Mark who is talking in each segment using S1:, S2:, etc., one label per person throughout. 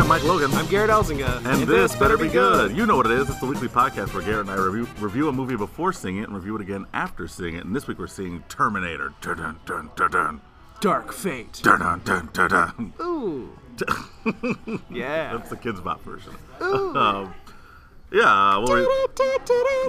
S1: I'm Mike Logan.
S2: I'm Garrett Elzinga.
S1: and this better be good. You know what it is. It's the weekly podcast where Garrett and I review review a movie before seeing it and review it again after seeing it. And this week we're seeing Terminator. Dun dun dun dun dun
S2: Dark Fate.
S1: dun dun dun dun. dun.
S2: Ooh. yeah.
S1: That's the kids' bop version. um, yeah, we'll read,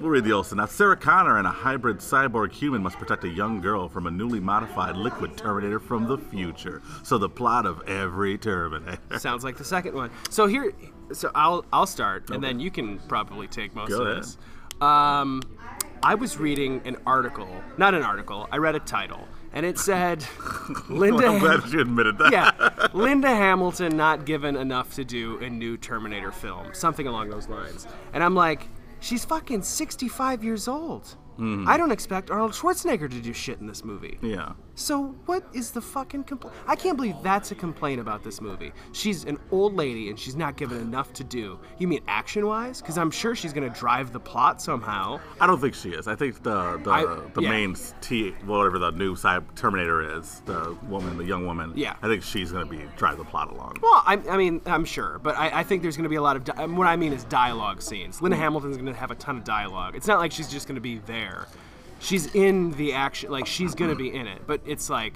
S1: we'll read the old synopsis. Sarah Connor and a hybrid cyborg human must protect a young girl from a newly modified liquid Terminator from the future. So the plot of every Terminator.
S2: Sounds like the second one. So here, so I'll I'll start, and then you can probably take most
S1: Go
S2: of
S1: ahead.
S2: this. Um, I was reading an article, not an article. I read a title, and it said, Linda.
S1: I'm glad that you admitted that.
S2: yeah, Linda Hamilton not given enough to do in new Terminator film, something along those lines. And I'm like, she's fucking 65 years old. I don't expect Arnold Schwarzenegger to do shit in this movie.
S1: Yeah.
S2: So what is the fucking complaint? I can't believe that's a complaint about this movie. She's an old lady and she's not given enough to do. You mean action-wise? Because I'm sure she's gonna drive the plot somehow.
S1: I don't think she is. I think the the,
S2: I-
S1: the
S2: yeah.
S1: main T whatever the new cyber Terminator is, the woman, the young woman.
S2: Yeah.
S1: I think she's gonna be drive the plot along.
S2: Well, I, I mean, I'm sure, but I, I think there's going to be a lot of. Di- um, what I mean is dialogue scenes.
S1: Mm-hmm.
S2: Linda Hamilton's going to have a ton of dialogue. It's not like she's just going to be there. She's in the action. Like she's going to be in it, but it's like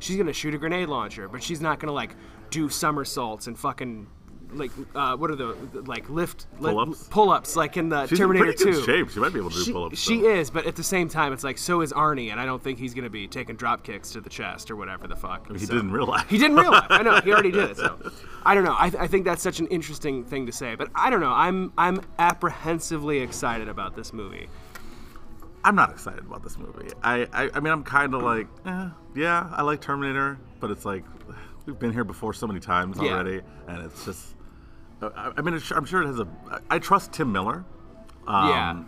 S2: she's going to shoot a grenade launcher, but she's not going to like do somersaults and fucking like uh, what are the like lift li-
S1: Pull-ups?
S2: pull-ups like in the
S1: She's
S2: Terminator
S1: in pretty good
S2: 2.
S1: shape. She might be able to do
S2: She,
S1: pull-ups.
S2: she
S1: though.
S2: is, but at the same time, it's like so is Arnie, and I don't think he's gonna be taking drop kicks to the chest or whatever the fuck.
S1: He
S2: so.
S1: didn't realize.
S2: He didn't realize. I know he already did it. So I don't know. I, th- I think that's such an interesting thing to say, but I don't know. I'm I'm apprehensively excited about this movie.
S1: I'm not excited about this movie. I I, I mean I'm kind of like eh, yeah I like Terminator, but it's like we've been here before so many times
S2: Yeah.
S1: already, and it's just. uh, I, I mean, it's- I'm sure it has a. I I trust Tim Miller. Um,
S2: Yeah.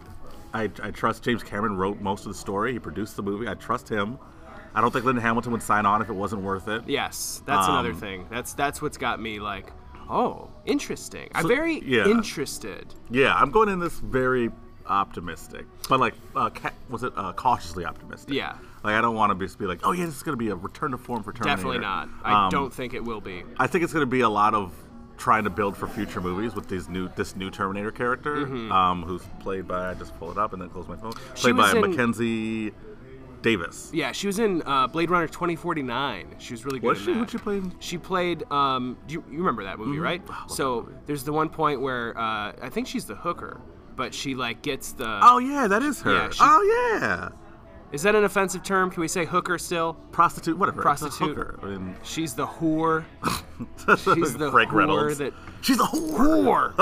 S1: I, I trust James Cameron wrote most of the story. He produced the movie. I trust him. I don't think Linda Hamilton would sign on if it wasn't worth it.
S2: Yes, that's another
S1: Um,
S2: thing. That's that's what's got me like, oh, interesting. I'm very
S1: yeah.
S2: interested.
S1: Yeah, I'm going in this very optimistic, but like, uh, ca- was it uh, cautiously optimistic?
S2: Yeah.
S1: Like, I don't want to just be like, oh yeah, this is going to be a return to form for Terminator.
S2: Definitely not. I
S1: Um,
S2: don't think it will be.
S1: I think it's going to be a lot of trying to build for future movies with these new this new Terminator character,
S2: Mm-hmm.
S1: um, who's played by I just pull it up and then close my phone. Played
S2: was
S1: by
S2: in-
S1: Mackenzie Davis.
S2: Yeah, she was in uh, Blade Runner 2049. She was really good.
S1: Was
S2: in
S1: she? Who'd Mm-hmm.
S2: that.
S1: she play in?
S2: She played. Um, do you, you remember that movie, right? So there's the one point where uh, I think she's the hooker, but she like gets the.
S1: Oh yeah, that is her.
S2: Yeah, she-
S1: oh yeah,
S2: Is that an offensive term? Can we say hooker still?
S1: prostitute, whatever. It's a
S2: Prostitute.
S1: hooker. I mean,
S2: She's the whore. She's the
S1: Frank
S2: whore
S1: Reynolds.
S2: that-
S1: She's a whore.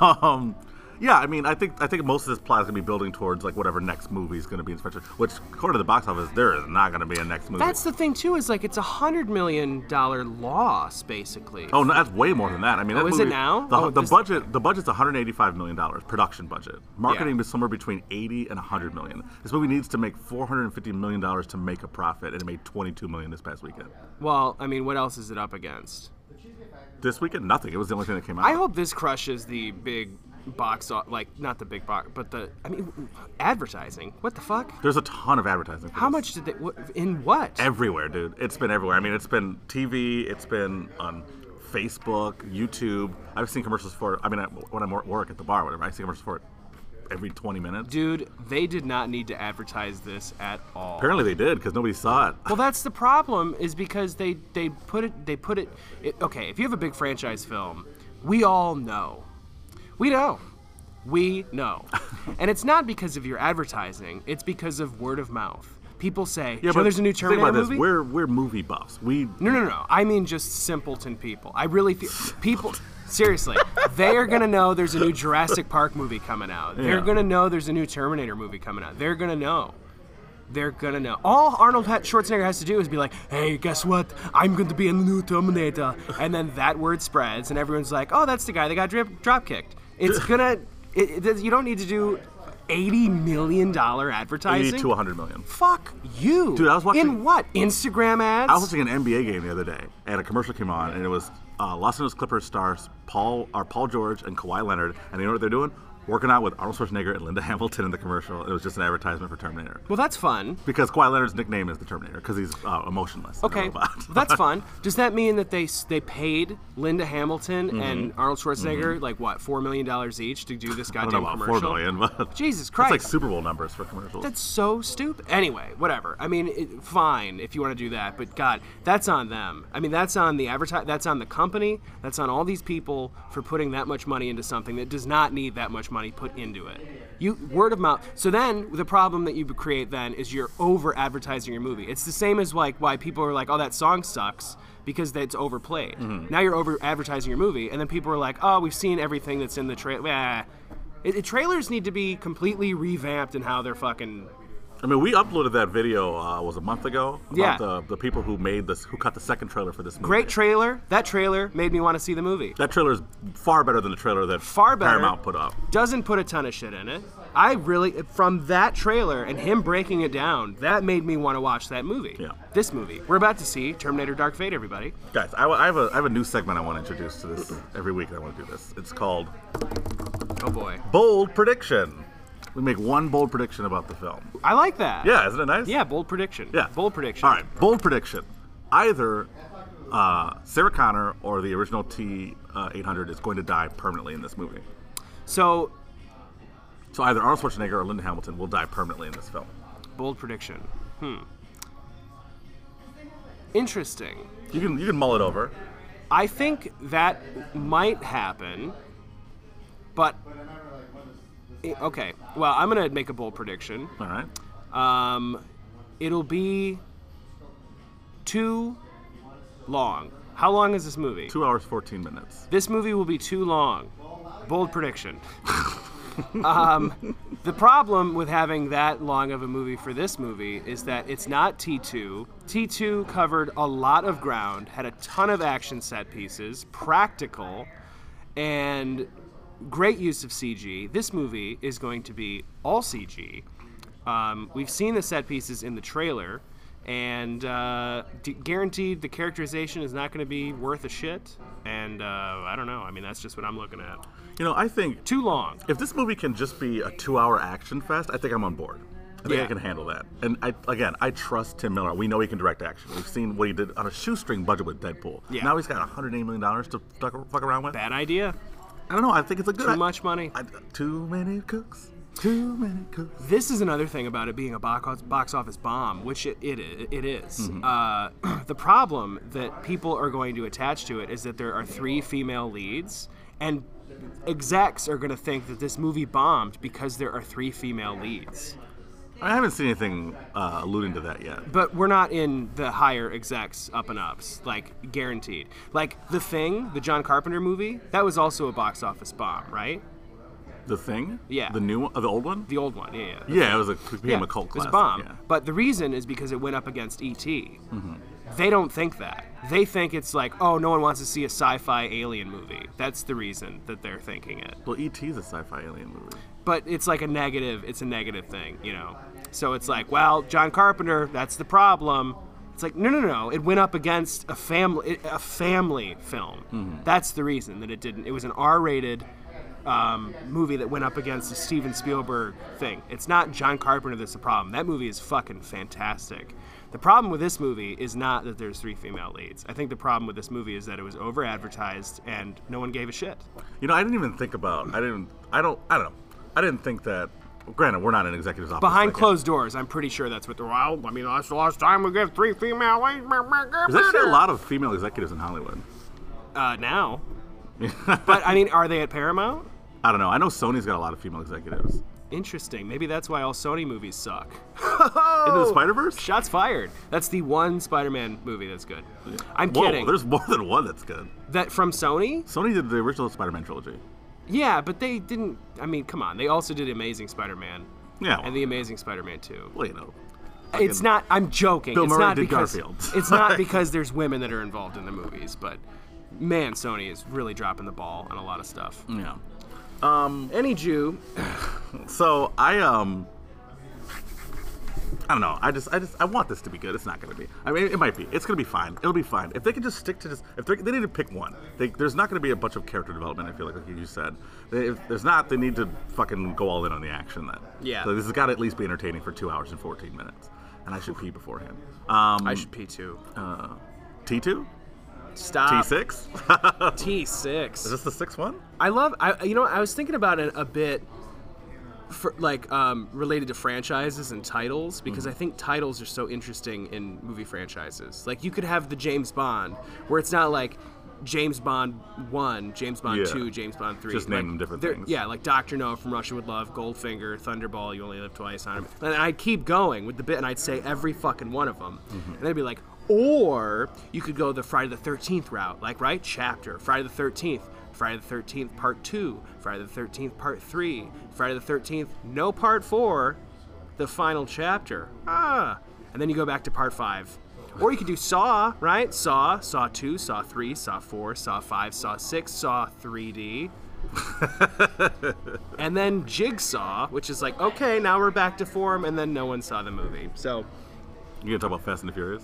S1: um, yeah, I mean, I think I think most of this plot is gonna be building towards like whatever next movie is gonna be in special. Which according to the box office, there is not gonna be a next movie.
S2: That's the thing too. Is like it's a hundred million dollar loss basically.
S1: Oh no, that's way more than that. I mean, that
S2: is it
S1: movie,
S2: now?
S1: The,
S2: Oh,
S1: the
S2: this-
S1: budget, the budget's 185 million dollars production budget. Marketing
S2: Yeah.
S1: is somewhere between 80 and 100 million. This movie needs to make 450 million dollars to make a profit, and it made 22 million this past weekend.
S2: Well, I mean, what else is it up against?
S1: This weekend, nothing. It was the only thing that came out.
S2: I hope this crushes the big box, o- like not the big box, but the. I mean, advertising. What the fuck?
S1: There's a ton of advertising. For
S2: How
S1: this.
S2: much did they? What, in what?
S1: Everywhere, dude. It's been everywhere. I mean, it's been TV. It's been on Facebook, YouTube. I've seen commercials for it. I mean, I, when I'm at work at the bar, or whatever, I see commercials for it every 20 minutes.
S2: Dude, they did not need to advertise this at all.
S1: Apparently, they did because nobody saw it.
S2: Well, that's the problem is because they they put it they put it, it okay, if you have a big franchise film, we all know. We know. We know. and it's not because of your advertising, it's because of word of mouth. People say, "Joe, there's a new Terminator
S1: Think about
S2: movie."
S1: this. We're we're movie buffs. We
S2: No, no, no, no. I mean just simpleton people. I really feel people. Seriously, they are gonna know there's a new Jurassic Park movie coming out. They're
S1: Yeah.
S2: gonna know there's a new Terminator movie coming out. They're gonna know. They're gonna know. All Arnold Ha- Schwarzenegger has to do is be like, "Hey, guess what? I'm going to be in the new Terminator," and then that word spreads, and everyone's like, "Oh, that's the guy that got drip, drop kicked." It's gonna. It, it, you don't need to do eighty million dollar advertising.
S1: 80 to 100 million.
S2: Fuck you,
S1: Dude, I was watching-
S2: in what Instagram ads?
S1: I was watching an NBA game the other day, and a commercial came on, and it was uh, Los Angeles Clippers stars Paul or Paul George and Kawhi Leonard, and you know what they're doing? working out with Arnold Schwarzenegger and Linda Hamilton in the commercial. It was just an advertisement for Terminator.
S2: Well, that's fun.
S1: Because Quiet Leonard's nickname is the Terminator because he's uh, emotionless. and a
S2: Okay,
S1: robot.
S2: well, that's fun. Does that mean that they s- they paid Linda Hamilton and Arnold Schwarzenegger like what four million dollars each to do this
S1: Mm-hmm. I
S2: goddamn
S1: don't know about
S2: commercial?
S1: four million, but
S2: Jesus
S1: that's
S2: Christ!
S1: like Super Bowl numbers for commercials.
S2: That's so stupid. Anyway, whatever. I mean, it, fine if you want to do that, but God, that's on them. I mean, that's on the advertise. That's on the company. That's on all these people for putting that much money into something that does not need that much money put into it. You word of mouth. So then the problem that you create then is you're over advertising your movie. It's the same as like why people are like, oh, that song sucks because it's overplayed. Now you're over advertising your movie, and then people are like, oh, we've seen everything that's in the eh." trailer. It, it- trailers need to be completely revamped in how they're fucking.
S1: I mean, we uploaded that video uh, was a month ago about
S2: Yeah.
S1: the, the people who made this, who cut the second trailer for this movie.
S2: Great trailer. That trailer made me want to see the movie.
S1: That trailer is far better than the trailer that
S2: Far better.
S1: Paramount put up.
S2: Doesn't put a ton of shit in it. I really, from that trailer and him breaking it down, that made me want to watch that movie.
S1: Yeah.
S2: This movie. We're about to see Terminator Dark Fate, everybody.
S1: Guys, I, I have a, I have a new segment I want to introduce to this every week. I want to do this. It's called
S2: Oh boy.
S1: Bold Prediction. We make one bold prediction about the film.
S2: I like that.
S1: Yeah, isn't it nice?
S2: Yeah, bold prediction.
S1: Yeah.
S2: Bold prediction.
S1: All right, bold prediction. Either uh, Sarah Connor or the original T uh, 800 is going to die permanently in this movie.
S2: So,
S1: So either Arnold Schwarzenegger or Linda Hamilton will die permanently in this film.
S2: bold prediction. Hmm. Interesting.
S1: You can you can mull it over.
S2: I think that might happen, but Eh, okay. Well, I'm gonna make a bold prediction.
S1: All right.
S2: Um, it'll be too long. How long is this movie?
S1: Two hours fourteen minutes.
S2: This movie will be too long. Bold prediction. um, the problem with having that long of a movie for this movie is that it's not T2. T2 covered a lot of ground, had a ton of action set pieces, practical, and great use of CG. This movie is going to be all CG. Um, we've seen the set pieces in the trailer, and uh, d- guaranteed the characterization is not going to be worth a shit. And uh, I don't know. I mean, that's just what I'm looking at.
S1: You know, I think
S2: Too long.
S1: if this movie can just be a two-hour action fest, I think I'm on board. I think I
S2: Yeah.
S1: can handle that. And I, again, I trust Tim Miller. We know he can direct action. We've seen what he did on a shoestring budget with Deadpool.
S2: Yeah.
S1: Now he's got 180 million dollars to fuck fuck around with.
S2: Bad idea.
S1: I don't know. I think it's a good.
S2: Too much money.
S1: I, too many cooks. Too many cooks.
S2: This is another thing about it being a box box office bomb, which it, it, i- it is. Uh, the problem that people are going to attach to it is that there are three female leads, and execs are going to think that this movie bombed because there are three female leads.
S1: I haven't seen anything uh, alluding to that yet.
S2: But we're not in the higher execs up and ups, like guaranteed. Like The Thing, the John Carpenter movie, that was also a box office bomb, right?
S1: The thing.
S2: Yeah.
S1: The new, one- uh, the old one.
S2: The old one, yeah, yeah.
S1: yeah, it was a became a cult
S2: it was
S1: classic.
S2: a bomb. Mm-hmm.
S1: yeah.
S2: But the reason is because it went up against ET. They don't think that. They think it's like, oh, no one wants to see a sci-fi alien movie. That's the reason that they're thinking it.
S1: Well, E.T. is a sci-fi alien movie.
S2: But it's like a negative. It's a negative thing, you know. So it's like, well, John Carpenter, that's the problem. It's like, no, no, no. It went up against a family, a family film. That's the reason that it didn't. It was an R-rated um, movie that went up against a Steven Spielberg thing. It's not John Carpenter that's the problem. That movie is fucking fantastic. The problem with this movie is not that there's three female leads. I think the problem with this movie is that it was over-advertised and no one gave a shit.
S1: You know, I didn't even think about. I didn't. I don't. I don't know. I didn't think that. Granted, we're not an executive's office.
S2: Behind
S1: like that.
S2: closed doors, I'm pretty sure that's what the well. I mean, that's the last time we give three female leads.
S1: There's actually a lot of female executives in Hollywood.
S2: Uh, now, but I mean, are they at Paramount?
S1: I don't know. I know Sony's got a lot of female executives.
S2: Interesting. Maybe that's why all Sony movies suck.
S1: Into the
S2: Oh,
S1: Spider Verse.
S2: Shots fired. That's the one Spider-Man movie that's good. I'm
S1: Whoa,
S2: kidding.
S1: there's more than one that's good.
S2: That from Sony?
S1: Sony did the original Spider-Man trilogy.
S2: Yeah, but they didn't. I mean, come on. They also did Amazing Spider-Man
S1: Yeah.
S2: and the Amazing Spider-Man 2.
S1: well, you know.
S2: It's not. I'm joking.
S1: Bill
S2: it's
S1: Murray
S2: not
S1: did
S2: because,
S1: Garfield.
S2: it's not because there's women that are involved in the movies, but man, Sony is really dropping the ball on a lot of stuff.
S1: Yeah. Mm.
S2: Any Jew,
S1: So I um I don't know. I just, I just, I want this to be good. It's not going to be. I mean, it might be. It's going to be fine. It'll be fine. If they can just stick to just, if they they need to pick one. They, there's not going to be a bunch of character development. I feel like, like you said, They- if there's not, they need to fucking go all in on the action then.
S2: Yeah.
S1: So this has got to at least be entertaining for two hours and 14 minutes. And I should pee beforehand. Um,
S2: I should pee too.
S1: uh, T2,
S2: Stop. Uh,
S1: T6.
S2: T6.
S1: Is this the sixth one?
S2: I love. I you know I was thinking about it a bit, for, like um, related to franchises and titles because
S1: Mm.
S2: I think titles are so interesting in movie franchises. Like you could have the James Bond where it's not like James Bond one, James Bond
S1: Yeah.
S2: two, James Bond three.
S1: Just name
S2: Like,
S1: them different
S2: they're-
S1: things.
S2: Yeah, like Doctor No from Russia with Love, Goldfinger, Thunderball, You Only Live Twice, Honor. And I'd keep going with the bit, and I'd say every fucking one of them,
S1: Mm-hmm.
S2: and they'd be like. Or you could go the Friday the 13th route, like, right? Chapter, Friday the 13th, Friday the 13th, part 2, Friday the 13th, part 3, Friday the 13th, no part 4, the final chapter. Ah. And then you go back to part 5. Or you could do Saw, right? Saw, Saw 2, Saw 3, Saw 4, Saw 5, Saw 6, Saw 3D. and then Jigsaw, which is like, okay, now we're back to form, and then no one saw the movie. So
S1: You gonna talk about Fast and the Furious?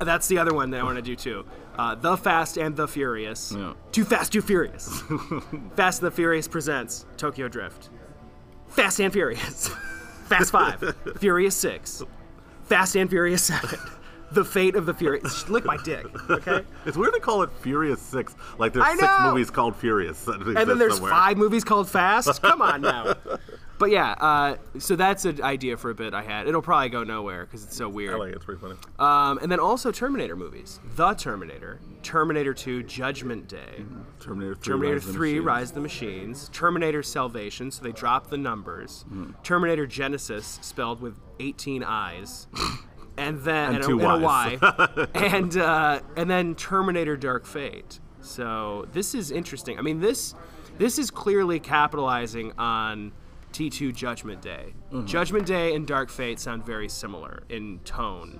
S2: that's the other one that I want to do too. Uh, the Fast and the Furious.
S1: Yeah.
S2: Too Fast, Too Furious. Fast and the Furious presents Tokyo Drift. Fast and Furious. Fast Five. Furious Six. Fast and Furious Seven. The Fate of the Furious. Lick my dick, okay?
S1: It's weird to call it Furious Six. Like there's
S2: I
S1: six
S2: know!
S1: movies called Furious. that
S2: and
S1: exist
S2: then there's
S1: somewhere.
S2: five movies called Fast. Come on now. But yeah, uh, so that's an idea for a bit I had. It'll probably go nowhere because it's so weird.
S1: I like it. It's pretty funny.
S2: Um, and then also Terminator movies. The Terminator, Terminator 2, Judgment Day,
S1: Terminator Three.
S2: Terminator
S1: Rise of the
S2: 3,
S1: Machines.
S2: Rise of the Machines, Terminator Salvation, so they drop the numbers,
S1: Hmm.
S2: Terminator Genesis, spelled with 18 I's, and then and,
S1: two
S2: a, and a
S1: Ys.
S2: Y, and, uh, and then Terminator Dark Fate. So this is interesting. I mean, this this is clearly capitalizing on T2 Judgment Day.
S1: Mm-hmm.
S2: Judgment Day and Dark Fate sound very similar in tone.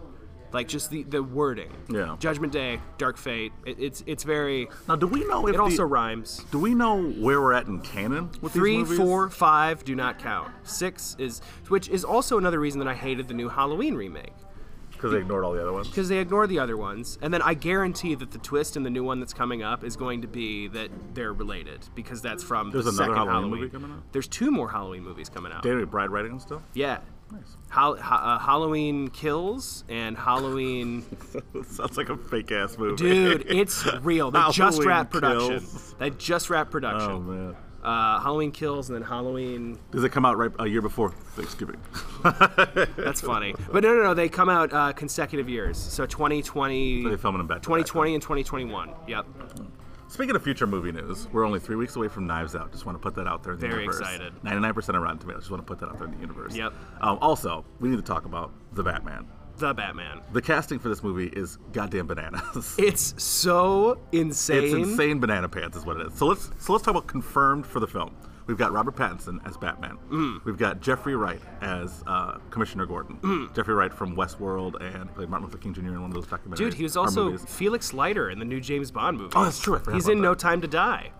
S2: Like just the, the wording.
S1: Yeah.
S2: Judgment Day, Dark Fate. It, it's it's very.
S1: Now, do we know if
S2: It
S1: the,
S2: also rhymes.
S1: do we know where we're at in canon with
S2: Three,
S1: these movies?
S2: four, five do not count. Six is, which is also another reason that I hated the new Halloween remake
S1: Because they ignored all the other ones.
S2: because they ignored the other ones. And then I guarantee that the twist in the new one that's coming up is going to be that they're related because that's from
S1: There's
S2: the
S1: another
S2: second
S1: Halloween
S2: Halloween.
S1: movie coming out?
S2: There's two more Halloween movies coming out.
S1: Danny McBride writing them still.
S2: Yeah. Hal- ha- uh, Halloween Kills and Halloween.
S1: Sounds like a fake ass movie.
S2: Dude, it's real. They just
S1: Halloween
S2: wrapped production.
S1: Kills.
S2: They just wrapped production.
S1: oh man.
S2: Uh, Halloween Kills and then Halloween
S1: Does it come out right a year before Thanksgiving?
S2: That's funny. But no, no, no. They come out uh, consecutive years. So 2020.
S1: So they're filming them back to back,
S2: 2020 and 2021. Yep.
S1: Speaking of future movie news, we're only three weeks away from Knives Out. Just want to put that out there in the
S2: Very
S1: universe.
S2: excited.
S1: 99% of Rotten Tomatoes. Just want to put that out there in the universe.
S2: Yep.
S1: Um, also, we need to talk about The Batman.
S2: The Batman.
S1: The casting for this movie is goddamn bananas.
S2: It's so insane.
S1: It's insane banana pants is what it is. So let's so let's talk about confirmed for the film. We've got Robert Pattinson as Batman.
S2: Mm.
S1: We've got Jeffrey Wright as uh, Commissioner Gordon.
S2: Mm.
S1: Jeffrey Wright from Westworld and he played Martin Luther King Jr. in one of those documentaries.
S2: Dude, he was
S1: or
S2: also
S1: movies.
S2: Felix Leiter in the new James Bond movie.
S1: Oh, that's true. I forgot
S2: He's
S1: about
S2: in
S1: that.
S2: No Time to Die.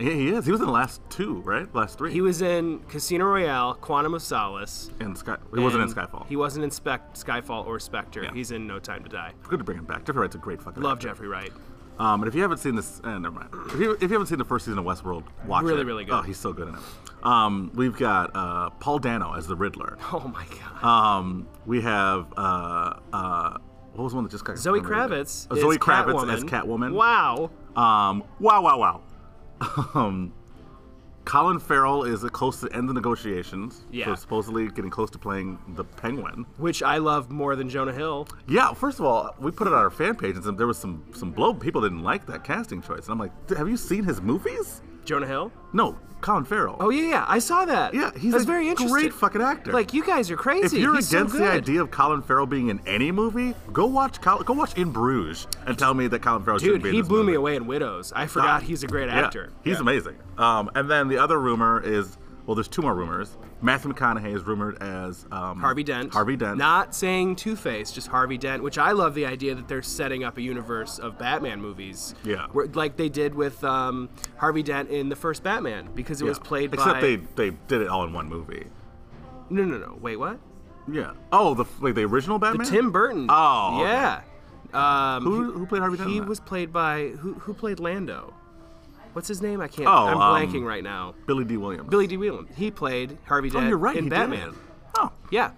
S1: Yeah, he is. He was in the last two, right? Last three.
S2: He was in Casino Royale, Quantum of Solace.
S1: in Sky. He wasn't in
S2: and
S1: Skyfall.
S2: He wasn't in Spec- Skyfall or Spectre.
S1: Yeah.
S2: He's in No Time to Die.
S1: Good to bring him back. Jeffrey Wright's a great fucking.
S2: Love
S1: actor.
S2: Jeffrey Wright.
S1: Um, and if you haven't seen this, eh, never mind. If you, if you haven't seen the first season of Westworld, watch
S2: Really,
S1: it.
S2: really good.
S1: Oh, he's so good in it. Um, we've got uh, Paul Dano as the Riddler.
S2: Oh my God.
S1: Um, we have uh, uh, what was one that just got
S2: Zoe
S1: nominated?
S2: Kravitz.
S1: Uh,
S2: is
S1: Zoe Kravitz
S2: Catwoman.
S1: as Catwoman.
S2: Wow.
S1: Um, wow, wow, wow. um, Colin Farrell is close to end the negotiations.
S2: Yeah.
S1: For supposedly getting close to playing the Penguin.
S2: Which I love more than Jonah Hill.
S1: Yeah. First of all, we put it on our fan page, and some, there was some some blow. People didn't like that casting choice, and I'm like, "D- have you seen his movies?
S2: Jonah Hill?
S1: No, Colin Farrell.
S2: Oh yeah, yeah, I saw that.
S1: Yeah, he's
S2: That's
S1: a
S2: very interesting.
S1: great fucking actor.
S2: Like you guys are crazy.
S1: If you're
S2: He's so
S1: against the
S2: good.
S1: idea of Colin Farrell being in any movie, go watch Col- go watch In Bruges and tell me that Colin Farrell
S2: dude,
S1: should be.
S2: he
S1: in this
S2: blew
S1: movie.
S2: me away in Widows. I forgot he's a great
S1: Yeah,
S2: actor.
S1: he's
S2: Yeah.
S1: amazing. Um, and then the other rumor is well, there's two more rumors. Matthew McConaughey is rumored as um,
S2: Harvey Dent.
S1: Harvey Dent.
S2: Not saying Two Face, just Harvey Dent, which I love the idea that they're setting up a universe of Batman movies.
S1: Yeah.
S2: Where, like they did with um, Harvey Dent in the first Batman, because it was
S1: Yeah.
S2: played
S1: Except
S2: by.
S1: they they did it all in one movie.
S2: No, no, no. Wait, what?
S1: Yeah. Oh, the like the original Batman.
S2: Tim Burton.
S1: Oh, okay.
S2: yeah. Um,
S1: Who- who played Harvey Dent in
S2: He
S1: that?
S2: was played by who? Who played Lando? What's his name? I can't.
S1: Oh,
S2: I'm
S1: um,
S2: blanking right now.
S1: Billy D. Williams.
S2: Billy D. Whelan. He played Harvey
S1: Oh,
S2: Dent
S1: you're right.
S2: in
S1: he did.
S2: Batman.
S1: Oh.
S2: Yeah.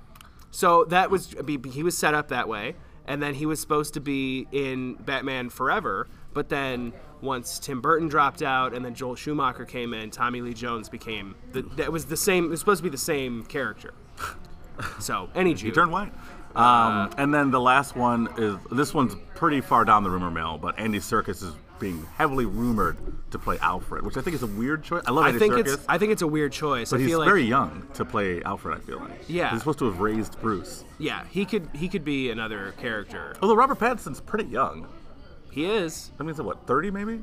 S2: So that was I mean, he was set up that way, and then he was supposed to be in Batman Forever, but then once Tim Burton dropped out, and then Joel Schumacher came in, Tommy Lee Jones became the, that was the same. It was supposed to be the same character. So any Jew.
S1: He turned white. Um, and then the last one is this one's pretty far down the rumor mill, but Andy Circus is being heavily rumored to play Alfred, which I think is a weird choice. I love
S2: I
S1: Andy
S2: think
S1: Circus,
S2: it's I think it's a weird choice.
S1: but
S2: I
S1: he's
S2: feel like
S1: very young to play Alfred. I feel like
S2: Yeah.
S1: he's supposed to have raised Bruce.
S2: yeah he could he could be another character.
S1: Although Robert Pattinson's pretty young.
S2: He is.
S1: That means that what thirty maybe?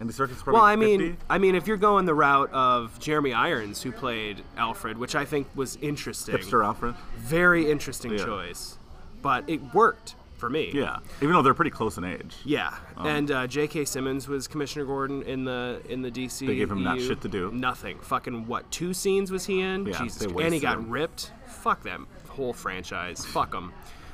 S1: Andy Circus is probably
S2: Well, I mean,
S1: 50?
S2: I mean, if you're going the route of Jeremy Irons, who played Alfred, which I think was interesting,
S1: hipster Alfred.
S2: very interesting
S1: Yeah.
S2: choice, but it worked for me.
S1: Yeah, Um, even though they're pretty close in age,
S2: Yeah. and uh, J.K. Simmons was Commissioner Gordon in the in the DC.
S1: They gave him not
S2: EU.
S1: shit to do.
S2: Nothing. Fucking what? Two scenes was he in?
S1: Yeah,
S2: Jesus.
S1: they
S2: And he
S1: wasted
S2: got
S1: him.
S2: ripped. Fuck that whole franchise. Fuck them.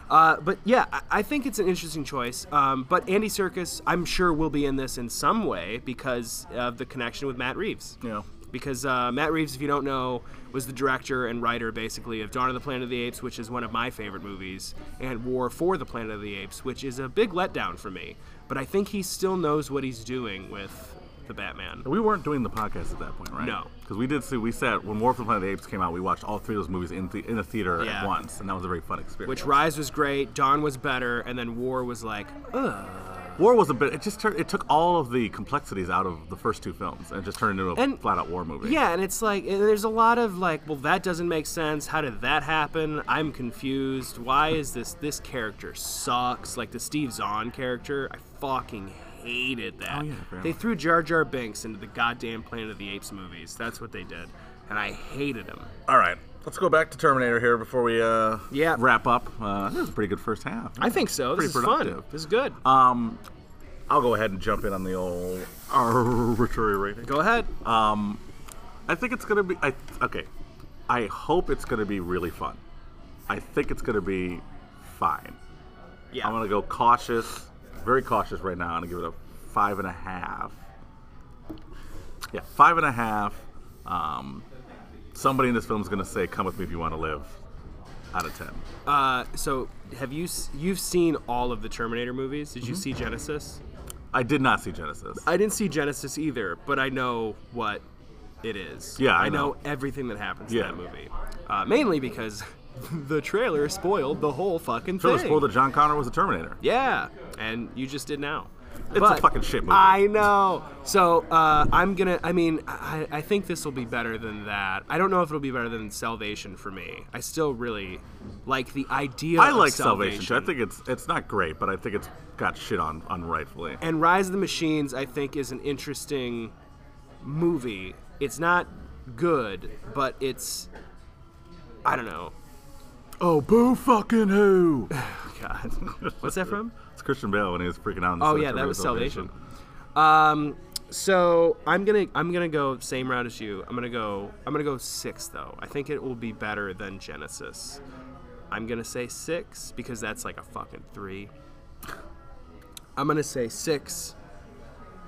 S2: Uh, but yeah, I- I think it's an interesting choice. Um, but Andy Circus, I'm sure, will be in this in some way because of the connection with Matt Reeves
S1: you know.
S2: because uh, Matt Reeves, if you don't know, was the director and writer basically of Dawn of the Planet of the Apes, which is one of my favorite movies, and War for the Planet of the Apes, which is a big letdown for me. But I think he still knows what he's doing with the Batman.
S1: We weren't doing the podcast at that point, right?
S2: No.
S1: because we did see we sat when War for the Planet of the Apes came out. We watched all three of those movies in the, in a theater
S2: Yeah.
S1: at once, and that was a very fun experience.
S2: Which Rise was great, Dawn was better, and then War was like, ugh.
S1: War was a bit. It just turned. It took all of the complexities out of the first two films and just turned into a
S2: And-
S1: flat-out war movie.
S2: Yeah, and it's like and there's a lot of like, well, that doesn't make sense. How did that happen? I'm confused. Why is this? This character sucks. Like the Steve Zahn character, I fucking hated that.
S1: Oh, yeah, fair
S2: they
S1: enough.
S2: threw Jar Jar Binks into the goddamn Planet of the Apes movies. That's what they did, and I hated him.
S1: All right. Let's go back to Terminator here before we uh,
S2: Yeah.
S1: wrap up. Uh, this is a pretty good first half.
S2: I think so. This
S1: Pretty
S2: is fun.
S1: productive.
S2: This is good.
S1: Um, I'll go ahead and jump in on the old arbitrary rating.
S2: Go ahead.
S1: uh, I think it's gonna be. I okay. I hope it's gonna be really fun. I think it's gonna be fine.
S2: yeah.
S1: I'm gonna go cautious, very cautious right now. I'm gonna give it a five and a half. Yeah, five and a half. Um, somebody in this film is gonna say, "Come with me if you want to live." Out of ten.
S2: uh, so have you s- you've seen all of the Terminator movies? Did you
S1: Mm-hmm.
S2: see Genesis?
S1: I did not see Genesis.
S2: I didn't see Genesis either, but I know what it is.
S1: Yeah, I
S2: know.
S1: know.
S2: everything that happens
S1: Yeah.
S2: in that movie. Uh, mainly because the trailer spoiled the whole fucking
S1: Trailer
S2: thing.
S1: spoiled that John Connor was a Terminator.
S2: yeah, and you just did now.
S1: It's a fucking shit movie.
S2: I know. So uh, I'm gonna. I mean, I, I think this will be better than that. I don't know if it'll be better than Salvation for me. I still really like the idea.
S1: I
S2: of
S1: like Salvation. too. I think it's it's not great, but I think it's got shit on unrightfully.
S2: and Rise of the Machines, I think, is an interesting movie. It's not good, but it's I don't know.
S1: Oh, boo fucking who!
S2: God, what's that from?
S1: It's Christian Bale when he was freaking out. In the
S2: Oh
S1: Search
S2: yeah,
S1: for
S2: that was
S1: Salvation.
S2: Salvation. Um, so I'm gonna I'm gonna go same route as you. I'm gonna go I'm gonna go six though. I think it will be better than Genesis. I'm gonna say six because that's like a fucking three. I'm gonna say six.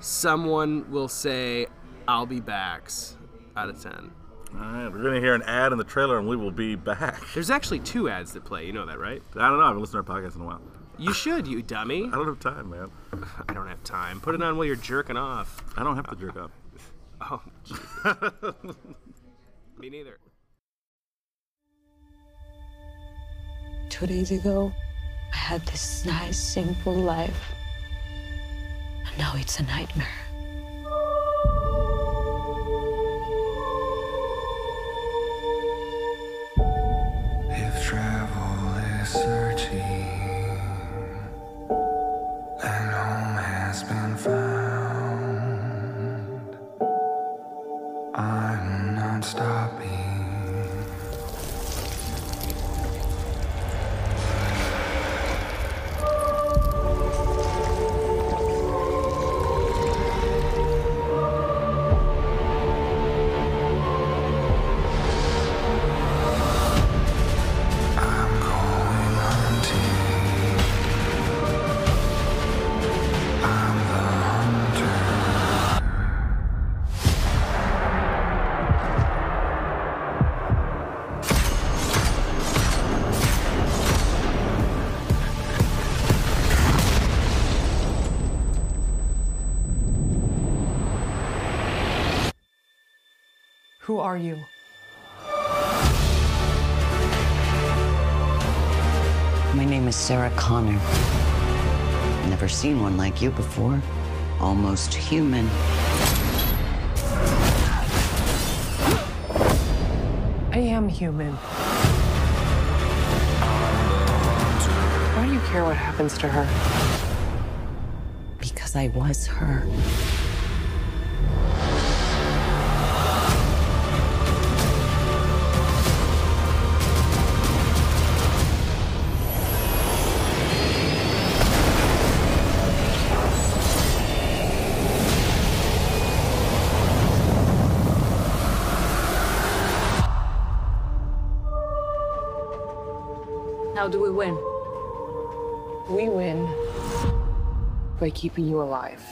S2: Someone will say, "I'll be backs." Out of ten,
S1: All right, we're gonna hear an ad in the trailer, and we will be back.
S2: there's actually two ads that play. You know that, right?
S1: I don't know. I haven't listened to our podcast in a while.
S2: You should, you dummy.
S1: I don't have time, man.
S2: I don't have time. Put it on while you're jerking off.
S1: I don't have to jerk up.
S2: Oh, Jesus. me neither.
S3: Two days ago, I had this nice, simple life. And now it's a nightmare.
S4: If travel is searching and home has been found, I'm not stopping.
S5: Who are you?
S6: My name is Sarah Connor. Never seen one like you before. Almost human.
S5: I am human. Why do you care what happens to her?
S6: Because I was her.
S3: How do we win?
S5: We win by keeping you alive.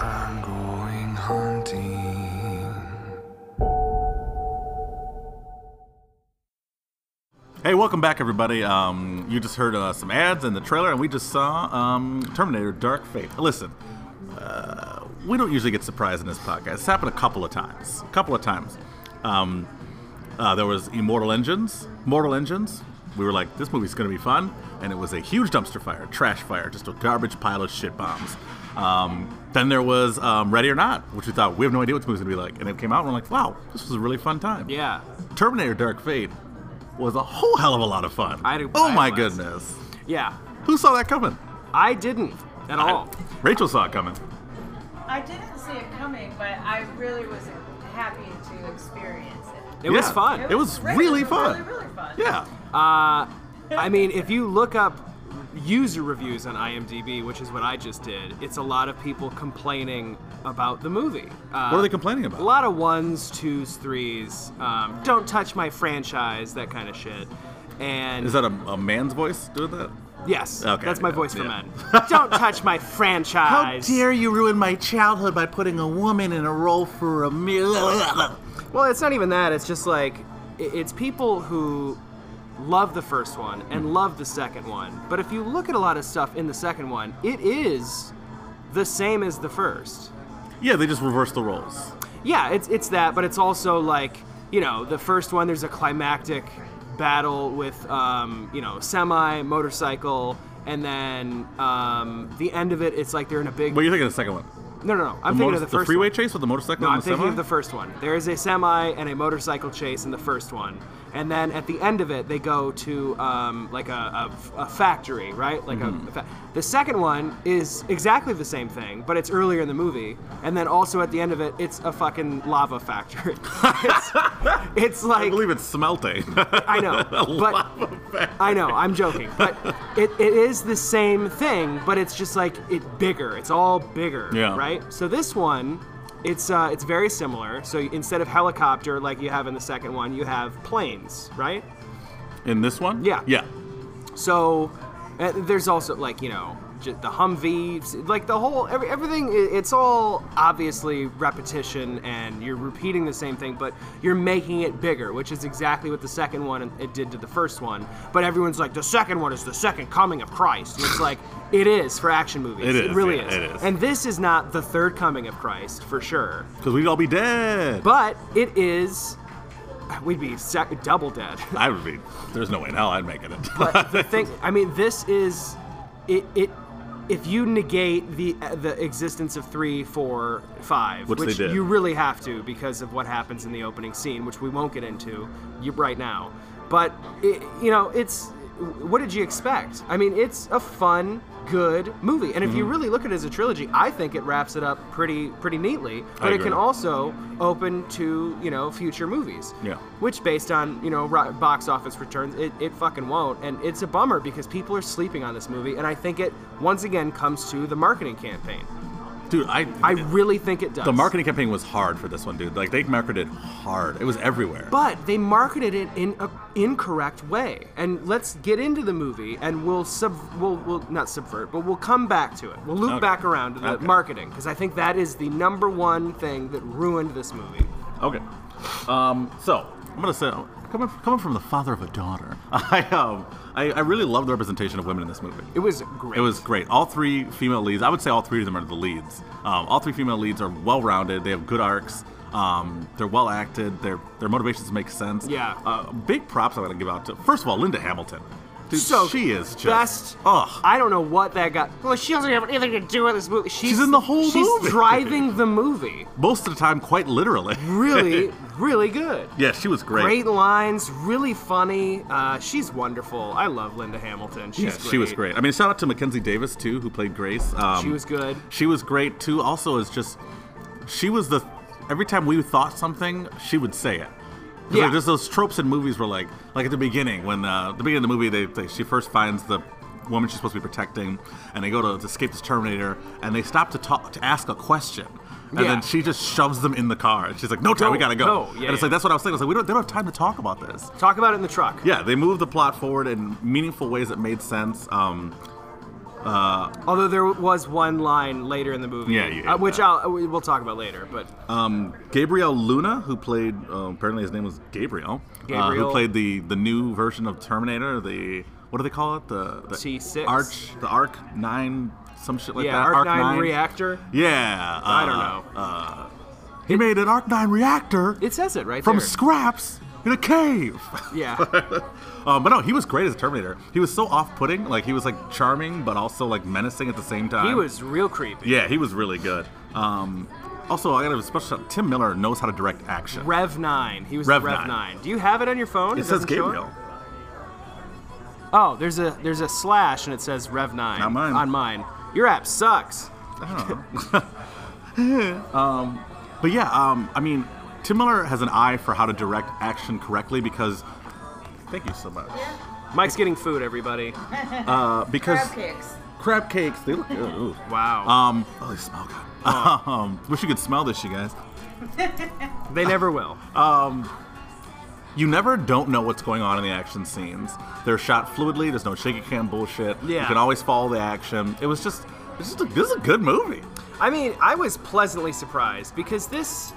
S4: I'm going hunting.
S1: Hey, welcome back, everybody. Um, you just heard uh, some ads in the trailer, and we just saw um, Terminator Dark Fate. Listen, uh, we don't usually get surprised in this podcast. It's happened a couple of times. A couple of times. Um, uh, there was Immortal Engines. Mortal Engines. We were like, this movie's going to be fun. And it was a huge dumpster fire, trash fire, just a garbage pile of shit bombs. Um, then there was um, Ready or Not, which we thought, we have no idea what this movie's going to be like. And it came out, and we're like, wow, this was a really fun time.
S2: Yeah.
S1: Terminator Dark Fate was a whole hell of a lot of fun.
S2: I had a-
S1: oh
S2: I had
S1: my
S2: blast.
S1: goodness.
S2: Yeah.
S1: Who saw that coming?
S2: I didn't at all.
S1: Rachel saw it coming.
S7: I didn't see it coming, but I really was happy to experience it.
S2: It was
S1: Yeah.
S2: fun.
S1: It was really
S7: it was
S1: fun.
S7: Really, really fun.
S1: Yeah.
S2: I mean, if you look up user reviews on IMDb, which is what I just did, it's a lot of people complaining about the movie. Uh,
S1: What are they complaining about?
S2: A lot of ones, twos, threes. Um, don't touch my franchise. That kind of shit. And
S1: Is that a, a man's voice doing that?
S2: yes,
S1: Okay,
S2: that's my
S1: yeah,
S2: voice for
S1: yeah.
S2: men. don't touch my franchise.
S1: you ruin my childhood by putting a woman in a role for a meal?
S2: Well, it's not even that. It's just like i- it's people who love the first one and love the second one. But if you look at a lot of stuff in the second one, it is the same as the first.
S1: yeah, they just reversed the roles.
S2: Yeah, it's it's that, but it's also like you know the first one. There's a climactic battle with um, you know semi motorcycle. And then um, the end of it, it's like they're in a big.
S1: What are you thinking of the second one?
S2: no, no, no. I'm
S1: The
S2: thinking
S1: motor-
S2: of the first one.
S1: freeway chase with the motorcycle
S2: No,
S1: and
S2: I'm
S1: the
S2: thinking
S1: semi?
S2: of the first one. There is a semi and a motorcycle chase in the first one, and then at the end of it, they go to um, like a, a, a factory, right? Like
S1: Mm-hmm.
S2: a, a fa- the second one is exactly the same thing, but it's earlier in the movie, and then also at the end of it, it's a fucking lava factory. it's, it's like
S1: I believe it's smelting.
S2: I know, but I know I'm joking, but it, it is the same thing, but it's just like it bigger. It's all bigger,
S1: Yeah.
S2: right? So this one, it's uh, it's very similar. So instead of helicopter like you have in the second one, you have planes, right?
S1: in this one?
S2: Yeah.
S1: Yeah.
S2: So uh, there's also like you know ju- the Humvees, like the whole every, everything. i- It's all obviously repetition, and you're repeating the same thing, but you're making it bigger, which is exactly what the second one it did to the first one. But everyone's like, the second one is the second coming of Christ. And it's like it is for action movies.
S1: It
S2: It,
S1: is,
S2: really
S1: yeah,
S2: is.
S1: it is.
S2: And this is not the third coming of Christ for sure,
S1: Because we'd all be dead.
S2: but it is. We'd be sec- double dead.
S1: I would be. There's no way in hell I'd make it.
S2: but the thing i mean this is it it if you negate the the existence of three, four, five,
S1: Which they did.
S2: you really have to because of what happens in the opening scene, which we won't get into you, right now. But it, you know, it's what did you expect? I mean, it's a fun, good movie, and if
S1: Mm-hmm.
S2: you really look at it as a trilogy, I think it wraps it up pretty pretty neatly. But it
S1: agree.
S2: can also open to you know future movies
S1: Yeah.
S2: which based on you know ro- box office returns it, it fucking won't and it's a bummer because people are sleeping on this movie and i think it once again comes to the marketing campaign
S1: Dude, I.
S2: i really think it does
S1: The marketing campaign was hard for this one, dude. Like, they marketed hard. It was everywhere.
S2: but they marketed it in an incorrect way and let's get into the movie and we'll sub we'll, we'll not subvert but we'll come back to it we'll loop
S1: Okay.
S2: back around to the
S1: Okay.
S2: marketing because i think that is the number one thing that ruined this movie
S1: Okay. Um, so I'm gonna say Coming, coming from the father of a daughter, I um, I, I really love the representation of women in this movie.
S2: It was great.
S1: It was great. All three female leads. I would say all three of them are the leads. Um, all three female leads are well rounded. They have good arcs. Um, they're well acted. Their their motivations make sense.
S2: Yeah.
S1: Uh, big props I'm gonna give out to first of all Linda Hamilton. Dude,
S2: so
S1: she is just
S2: best.
S1: Ugh.
S2: I don't know what that got. Well, she doesn't have anything to do with this movie. She's,
S1: in the whole
S2: she's
S1: movie.
S2: driving the movie.
S1: Most of the time, quite literally.
S2: Really, really good.
S1: yeah, she was great.
S2: Great lines, really funny. Uh, she's wonderful. I love Linda Hamilton. She's
S1: Yeah, she was great. I mean, shout out to Mackenzie Davis too, who played Grace. Um,
S2: She was good.
S1: She was great too. Also, is just she was the every time we thought something, she would say it. 'Cause,
S2: Yeah.
S1: Like, there's those tropes in movies where like like at the beginning when uh, the beginning of the movie they, they she first finds the woman she's supposed to be protecting and they go to, to escape this Terminator and they stop to talk to ask a question. And
S2: Yeah.
S1: then she just shoves them in the car. And she's like, "No time, we
S2: Go,
S1: gotta go."
S2: go.
S1: and
S2: Yeah,
S1: it's
S2: yeah.
S1: like that's what I was thinking. I was like, "We don't, they don't have time to talk about this."
S2: Talk about it in the truck.
S1: Yeah, they moved the plot forward in meaningful ways that made sense. Um,
S2: Although there was one line later in the movie,
S1: Yeah, you
S2: uh,
S1: hate
S2: which
S1: that.
S2: I'll, we- we'll talk about later. But
S1: Gabriel Luna, who played uh, apparently his name was Gabriel, uh, who
S2: Gabriel.
S1: played the the new version of Terminator. The what do they call it? The, the
S2: T6?
S1: Arch, the Arc Nine, some shit like
S2: yeah,
S1: that.
S2: Arc, 9, reactor.
S1: Yeah,
S2: I don't
S1: uh,
S2: know.
S1: Uh, he made an Arc Nine reactor
S2: It says it right
S1: from
S2: there.
S1: scraps in a cave.
S2: yeah,
S1: um, but no, he was great as a Terminator. He was so off-putting. Like he was like charming, but also like menacing at the same time.
S2: he was real creepy.
S1: Yeah, he was really good. Um, also, I got a special shout. Tim Miller knows how to direct action.
S2: Rev Nine. He was
S1: Rev
S2: Rev, Rev
S1: 9.
S2: 9. Do you have it on your phone?
S1: it says
S2: doesn't show
S1: Gabriel.
S2: Oh, there's a there's a slash and it says Rev Nine
S1: Not mine.
S2: on mine. Your app sucks.
S1: But yeah, um, I mean, Tim Miller has an eye for how to direct action correctly because. Thank you so much.
S2: Mike's getting food, everybody.
S1: Uh, because
S7: Crab cakes.
S1: crab cakes, they look good. Ooh.
S2: Wow.
S1: Um, oh, they smell good. Um, wish you could smell this, you guys. Uh,
S2: they never will.
S1: You never don't know what's going on in the action scenes. They're shot fluidly. There's no shaky cam bullshit. You
S2: Yeah.
S1: can always follow the action. It was just, it's just a, this is a good movie.
S2: I mean, I was pleasantly surprised because this.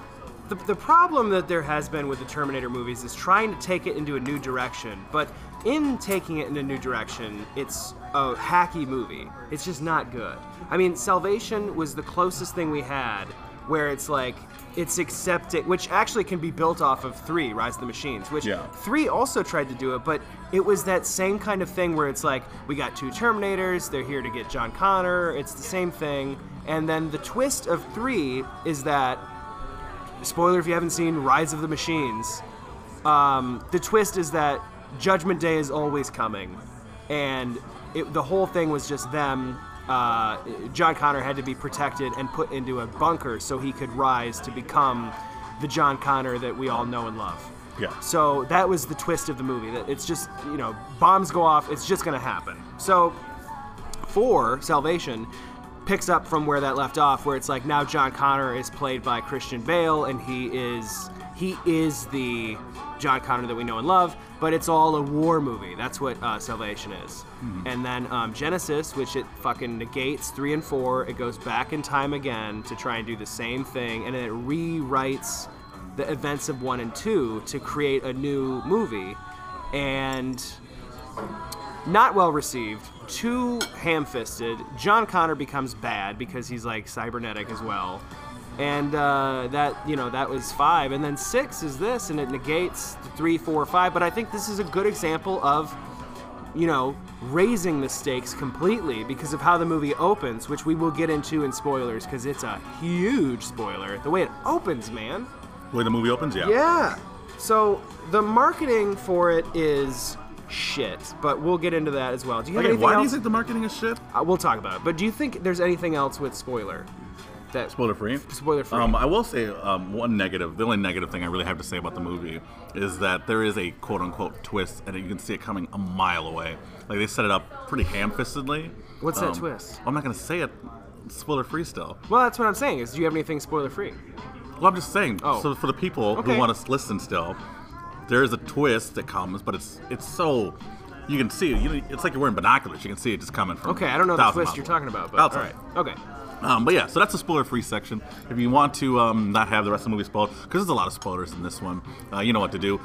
S2: The, the problem that there has been with the Terminator movies is trying to take it into a new direction, but in taking it in a new direction, it's a hacky movie. It's just not good. I mean, Salvation was the closest thing we had where it's like, it's accepting, which actually can be built off of 3, Rise of the Machines, which
S1: Yeah.
S2: Three also tried to do it, but it was that same kind of thing where it's like, we got two Terminators, they're here to get John Connor, it's the same thing. And then the twist of three is that, spoiler if you haven't seen Rise of the Machines, um, the twist is that Judgment Day is always coming. And it, the whole thing was just them. Uh, John Connor had to be protected and put into a bunker so he could rise to become the John Connor that we all know and love.
S1: Yeah.
S2: So that was the twist of the movie. That it's just you know bombs go off. It's just gonna happen. So four Salvation picks up from where that left off, where it's like now John Connor is played by Christian Bale, and he is he is the John Connor that we know and love. But it's all a war movie. That's what uh, Salvation is. And then um, Genesis, which it fucking negates three and four. It goes back in time again to try and do the same thing, and then it rewrites the events of one and two to create a new movie and not well received too ham-fisted john connor becomes bad because he's like cybernetic as well and uh, that you know that was five and then six is this and it negates the three four five but i think this is a good example of you know, raising the stakes completely because of how the movie opens, which we will get into in spoilers because it's a huge spoiler. The way it opens, man.
S1: The way the movie opens, yeah.
S2: Yeah. So the marketing for it is shit, but we'll get into that as well. Do you have
S1: Okay,
S2: anything
S1: why do you
S2: else?
S1: think the marketing is shit?
S2: Uh, we'll talk about it. But do you think there's anything else with spoiler? That
S1: Spoiler free.
S2: Spoiler free.
S1: Um, I will say um, one negative. The only negative thing I really have to say about the movie is that there is a quote unquote twist, and you can see it coming a mile away. Like they set it up pretty ham-fistedly. Um,
S2: What's that twist?
S1: I'm not gonna say it. Spoiler free still.
S2: Well, that's what I'm saying. Is do you have anything spoiler free?
S1: Well, I'm just saying.
S2: Oh.
S1: So for the people who
S2: Okay.
S1: want to listen still, there is a twist that comes, but it's it's so you can see it. You, it's like you're wearing binoculars. You can see it just coming from.
S2: Okay, I don't know
S1: a
S2: the
S1: thousand
S2: twist
S1: miles
S2: you're
S1: away.
S2: talking about, but all
S1: Outside.
S2: right. Okay.
S1: Um, but yeah, so that's the spoiler-free section. If you want to um, not have the rest of the movie spoiled, because there's a lot of spoilers in this one, uh, you know what to do.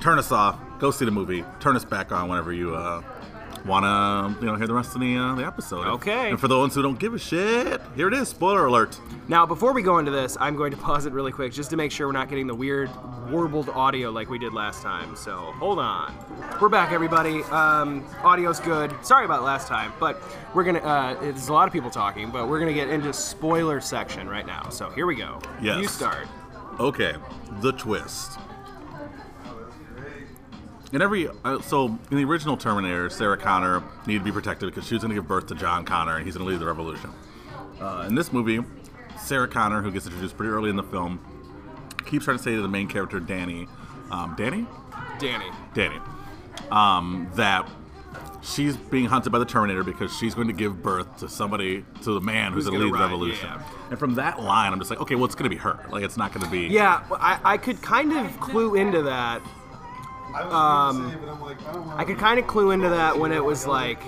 S1: turn us off, go see the movie, turn us back on whenever you uh, want to you know hear the rest of the, uh, the episode.
S2: Okay.
S1: And for those who don't give a shit, here it is. Spoiler alert.
S2: Now, before we go into this, I'm going to pause it really quick just to make sure we're not getting the weird warbled audio like we did last time. So hold on. We're back, everybody. Um, audio's good. Sorry about last time, but we're gonna. Uh, there's a lot of people talking, but we're gonna get into spoiler section right now. So here we go.
S1: Yes.
S2: You start.
S1: Okay, the twist. In every uh, so in the original Terminator, Sarah Connor needed to be protected because she was going to give birth to John Connor and he's going to lead the revolution. Uh, in this movie, Sarah Connor, who gets introduced pretty early in the film, keeps trying to say to the main character Danny, um, Danny,
S2: Danny.
S1: Danny, um, that she's being hunted by the Terminator because she's going to give birth to somebody to the man who's,
S2: Who's
S1: going to
S2: gonna
S1: lead the
S2: ride,
S1: revolution.
S2: yeah.
S1: And from that line, I'm just like, okay, well, it's going to be her. Like, it's not going to be
S2: Yeah, well, I, I could kind of clue into that. Um, I could kind of clue into that when it was like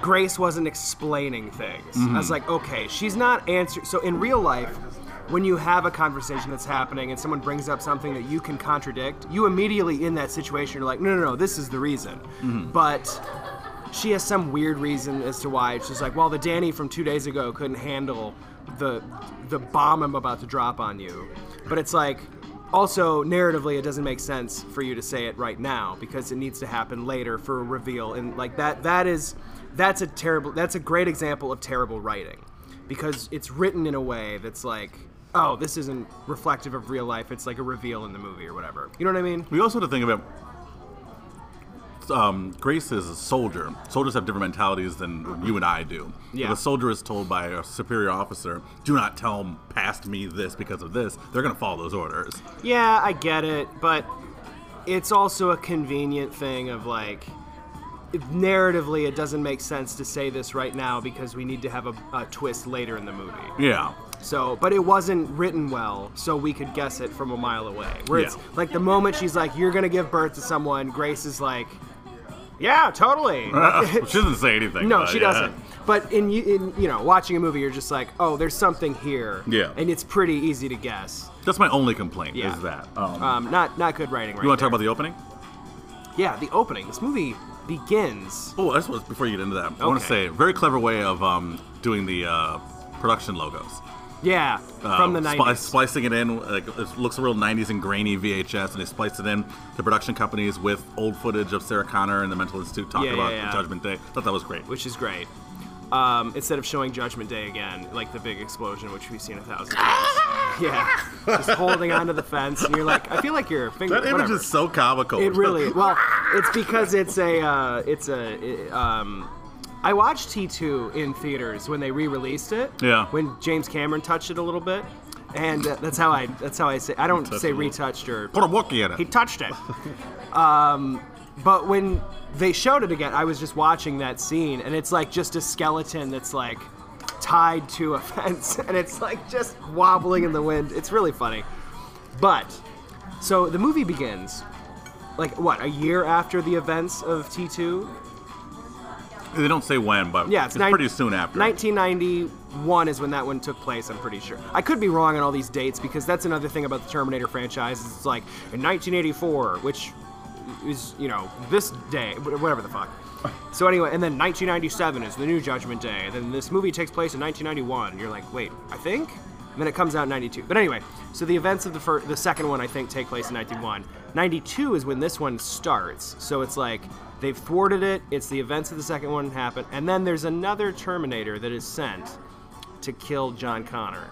S2: Grace wasn't explaining things. I was like, okay, she's not answering. So in real life, when you have a conversation that's happening and someone brings up something that you can contradict, you immediately in that situation you're like, no, no, no, this is the reason. But she has some weird reason as to why she's like, well, the Danny from two days ago couldn't handle the the bomb I'm about to drop on you. But it's like, also narratively, it doesn't make sense for you to say it right now because it needs to happen later for a reveal. And like that, that is that's a terrible, that's a great example of terrible writing because it's written in a way that's like. Oh, this isn't reflective of real life. It's like a reveal in the movie or whatever. You know what I mean?
S1: We also have to think about um, Grace is a soldier. Soldiers have different mentalities than you and I do.
S2: Yeah.
S1: If a soldier is told by a superior officer, "Do not tell 'em past me this because of this," they're going to follow those orders.
S2: Yeah, I get it, but it's also a convenient thing of like if narratively it doesn't make sense to say this right now because we need to have a, a twist later in the movie.
S1: Yeah.
S2: So, but it wasn't written well, so we could guess it from a mile away. Where it's
S1: Yeah.
S2: like the moment she's like, "You're gonna give birth to someone," Grace is like, "Yeah, totally." Like,
S1: she doesn't say anything.
S2: no,
S1: but
S2: she
S1: yeah.
S2: doesn't. But in you, in you know, watching a movie, you're just like, "Oh, there's something here,"
S1: Yeah.
S2: and it's pretty easy to guess.
S1: That's my only complaint.
S2: Yeah.
S1: Is that. Um,
S2: Um, not not good writing. Right
S1: you want to
S2: there.
S1: talk about the opening?
S2: Yeah, the opening. This movie begins.
S1: Oh, that's what, before you get into that, I want to
S2: Okay.
S1: say very clever way of um, doing the uh, production logos.
S2: Yeah,
S1: Uh,
S2: from the
S1: spli-
S2: nineties.
S1: splicing it in, like it looks real '90s and grainy VHS, and they spliced it in to production companies with old footage of Sarah Connor and the Mental Institute talking
S2: Yeah, yeah,
S1: about
S2: yeah.
S1: Judgment Day. Thought that was great.
S2: which is great. Um, instead of showing Judgment Day again, like the big explosion, which we've seen a thousand times. yeah, just holding onto the fence, and you're like, I feel like your finger.
S1: that image
S2: whatever.
S1: is so comical.
S2: It really. Well, it's because it's a. Uh, it's a. i- um, I watched T2 in theaters when they re-released it.
S1: Yeah.
S2: When James Cameron touched it a little bit, and uh, that's how I. That's how I say. I don't
S1: Touched
S2: say
S1: it a little.
S2: retouched or
S1: put a Wookiee in it.
S2: He touched it. um, but when they showed it again, I was just watching that scene, and it's like just a skeleton that's like tied to a fence, and it's like just wobbling in the wind. It's really funny. But so the movie begins, like what a year after the events of T2.
S1: they don't say when, but
S2: Yeah,
S1: it's,
S2: it's, nine-
S1: pretty soon after.
S2: 1991 is when that one took place. I'm pretty sure. I could be wrong on all these dates because that's another thing about the Terminator franchise. Is it's like in 1984, which is you know this day, wh- whatever the fuck. So anyway, and then 1997 is the new Judgment Day. Then this movie takes place in 1991. You're like, wait, I think. And then it comes out in 92. But anyway, so the events of the fir- the second one I think take place in 91. 92 is when this one starts. So it's like they've thwarted it. It's the events of the second one happen, and then there's another Terminator that is sent to kill John Connor.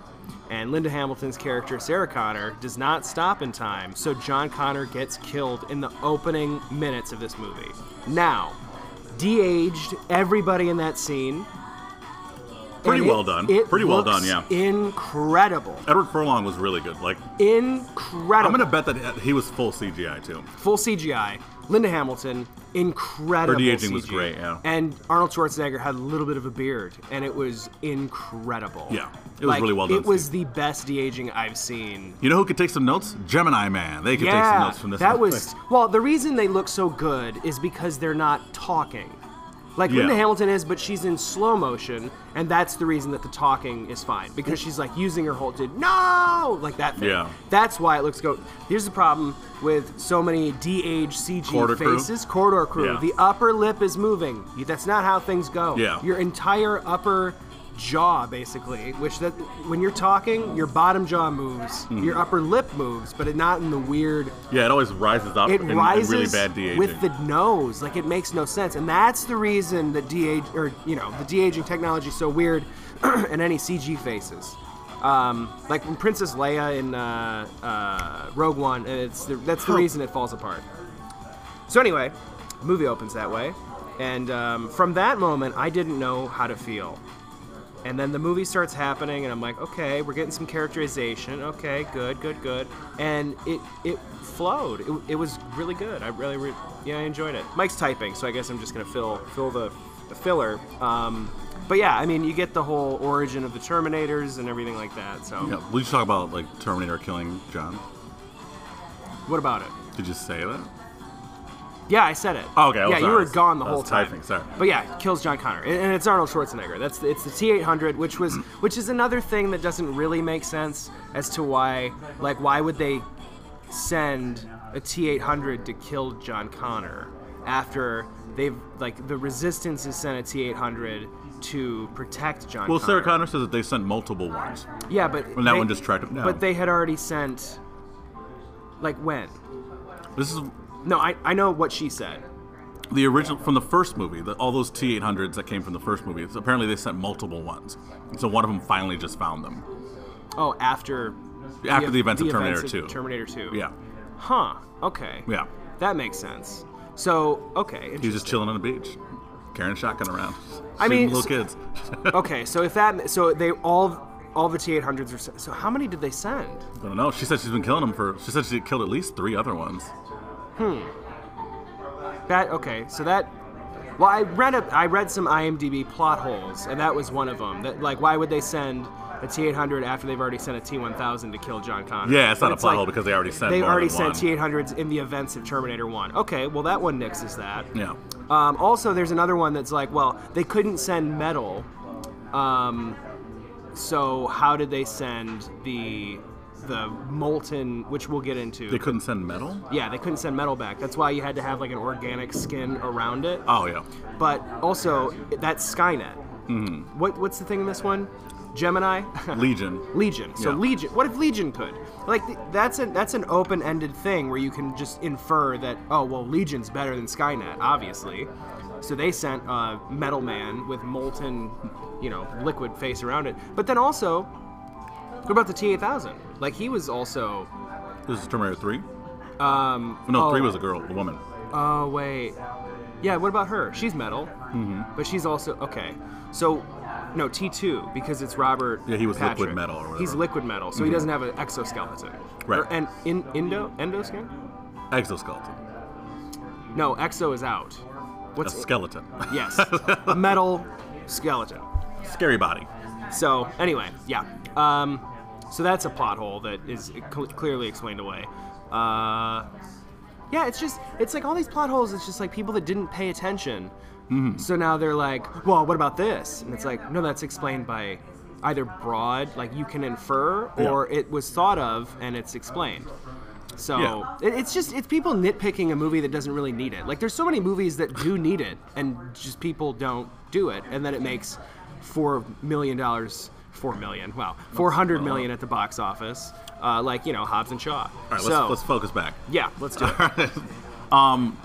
S2: And Linda Hamilton's character, Sarah Connor, does not stop in time, so John Connor gets killed in the opening minutes of this movie. Now, de aged everybody in that scene.
S1: Pretty
S2: And
S1: well done. Pretty well
S2: looks
S1: done, yeah.
S2: Incredible.
S1: Edward Furlong was really good. Like I'm
S2: Incredible.
S1: gonna bet that he was full CGI too.
S2: full CGI. Linda Hamilton, incredible.
S1: Her de-aging was
S2: CG.
S1: great, yeah.
S2: And Arnold Schwarzenegger had a little bit of a beard, and it was incredible.
S1: Yeah, it was really well
S2: It
S1: done
S2: was the best de aging I've seen.
S1: You know who could take some notes? Gemini Man. They could take some
S2: Yeah,
S1: notes from this.
S2: that
S1: one.
S2: was well. The reason they look so good is because they're not talking. like
S1: Yeah.
S2: Linda Hamilton is, but she's in slow motion, and that's the reason that the talking is fine because she's like using her whole did no like that thing.
S1: Yeah.
S2: That's why it looks go. Here's the problem with so many DH CG
S1: Corridor crew?
S2: faces. Corridor crew.
S1: Yeah.
S2: The upper lip is moving. You- That's not how things go.
S1: Yeah.
S2: Your entire upper jaw basically which that when you're talking your bottom jaw moves
S1: Mm-hmm.
S2: your upper lip moves but it not in the weird
S1: Yeah, it always rises up
S2: it
S1: in, in
S2: rises
S1: really bad de-aging.
S2: with the nose. Like it makes no sense, and that's the reason that de or you know the de aging technology is so weird in any CG faces. Um, like when Princess Leia in uh, uh, Rogue One, and it's the, that's the reason it falls apart. So anyway, movie opens that way, and um, from that moment, I didn't know how to feel. And then the movie starts happening, and I'm like, okay, we're getting some characterization. Okay, good, good, good. And it it flowed. It, it was really good. I really, re- yeah, I enjoyed it. Mike's typing, so I guess I'm just gonna fill fill the, the filler. Um, but yeah, I mean, you get the whole origin of the Terminators and everything like that. So
S1: yeah, we should talk about like Terminator killing John.
S2: what about it?
S1: Did you say that?
S2: Yeah, I said it.
S1: Oh, okay, I
S2: yeah,
S1: was-
S2: you
S1: I
S2: were
S1: was-
S2: gone the
S1: I
S2: whole
S1: was
S2: time.
S1: typing, sorry.
S2: But yeah, kills John Connor, and and it's Arnold Schwarzenegger. That's the, it's the T800, which was which is another thing that doesn't really make sense as to why like why would they send a T800 to kill John Connor after they've like the Resistance has sent a T800 to protect John.
S1: Well, Sarah
S2: Connor.
S1: Connor says that they sent multiple ones.
S2: Yeah, but
S1: Well, that
S2: they-
S1: one just tracked him down.
S2: But they had already sent like when?
S1: This is
S2: No, I I know what she said.
S1: the original from the first movie. The, all those T800s that came from the first movie. It's, apparently, they sent multiple ones, so one of them finally just found them.
S2: Oh, after
S1: After the events of Terminator 2.
S2: Terminator 2.
S1: Yeah,
S2: Huh. Okay.
S1: yeah.
S2: That makes sense. So okay.
S1: He was
S2: interesting.
S1: just chilling on the beach, carrying a shotgun around.
S2: I mean,
S1: Shooting little
S2: so-
S1: kids.
S2: okay. So if that so they all all the T800s are sen- so how many did they send?
S1: I don't know. She said she's been killing them for. She said she killed at least three other ones.
S2: That okay. So that well I read a, I read some IMDb plot holes and that was one of them. That like why would they send a T800 after they've already sent a T1000 to kill John Connor?
S1: Yeah, it's not
S2: But
S1: a plot
S2: like,
S1: hole because they already sent.
S2: They've
S1: more
S2: already
S1: than
S2: sent
S1: one.
S2: T800s in the events of Terminator 1. Okay, well that one nixes that.
S1: Yeah.
S2: Um, also, there's another one that's like, well, they couldn't send metal, um, so how did they send the the molten, which we'll get into?
S1: They couldn't send metal.
S2: yeah, they couldn't send metal back. That's why you had to have like an organic skin around it.
S1: Oh yeah.
S2: But also, that's Skynet. What what's the thing in this one? Gemini.
S1: Legion.
S2: Legion. So
S1: Yeah.
S2: Legion. What if Legion could? Like th- that's a that's an open-ended thing where you can just infer that oh well Legion's better than Skynet obviously. So they sent a metal man with molten, you know, liquid face around it. But then also, what about the T8000? Like he was also
S1: This is Terminator three. Um. No,
S2: oh.
S1: three was a girl, a woman.
S2: Oh wait, yeah. What about her? She's metal,
S1: Mm-hmm.
S2: but she's also okay. So, no T two because it's Robert.
S1: Yeah, he was liquid
S2: Patrick.
S1: metal or whatever. Mm-hmm.
S2: He's liquid metal, so he doesn't have an exoskeleton.
S1: Right.
S2: Or, and in endo endoskin?
S1: Exoskeleton.
S2: No, exo is out.
S1: A
S2: What's
S1: skeleton.
S2: yes, a metal skeleton.
S1: Scary body.
S2: So anyway, yeah. Um, so that's a plot hole that is cl- clearly explained away. Uh, yeah, it's just it's like all these plot holes. It's just like people that didn't pay attention. So now they're like, well, what about this? And it's like, no, that's explained by either broad, like you can infer, or it was thought of and it's explained. So
S1: Yeah.
S2: it, it's just it's people nitpicking a movie that doesn't really need it. Like there's so many movies that do need it, and just people don't do it, and then it makes four million dollars, four million, wow, four hundred million at the box office. Uh, like you know, Hobbs and Shaw.
S1: All right, let's,
S2: so
S1: let's focus back.
S2: yeah, let's do it.
S1: um,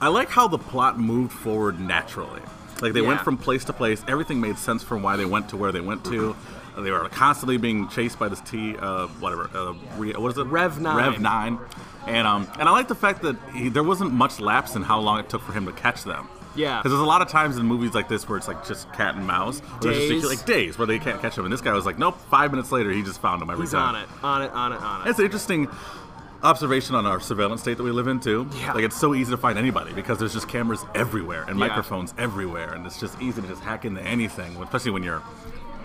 S1: I like how the plot moved forward naturally. Like they went
S2: Yeah.
S1: from place to place. Everything made sense from why they went to where they went to. Uh, They were constantly being chased by this T, uh, whatever. Uh, re, what is it?
S2: Rev nine.
S1: Rev nine. And um, and I like the fact that he, there wasn't much lapse in how long it took for him to catch them.
S2: Yeah.
S1: Because there's a lot of times in movies like this where it's like just cat and mouse. where there's
S2: Days.
S1: Just, like days where they can't catch him. And this guy was like, nope. Five minutes later, he just found him every
S2: He's
S1: time.
S2: on it, on it, on it, on it.
S1: It's an interesting observation on our surveillance state that we live in too.
S2: Yeah.
S1: Like it's so easy to find anybody because there's just cameras everywhere and
S2: Yeah.
S1: microphones everywhere, and it's just easy to just hack into anything, especially when you're,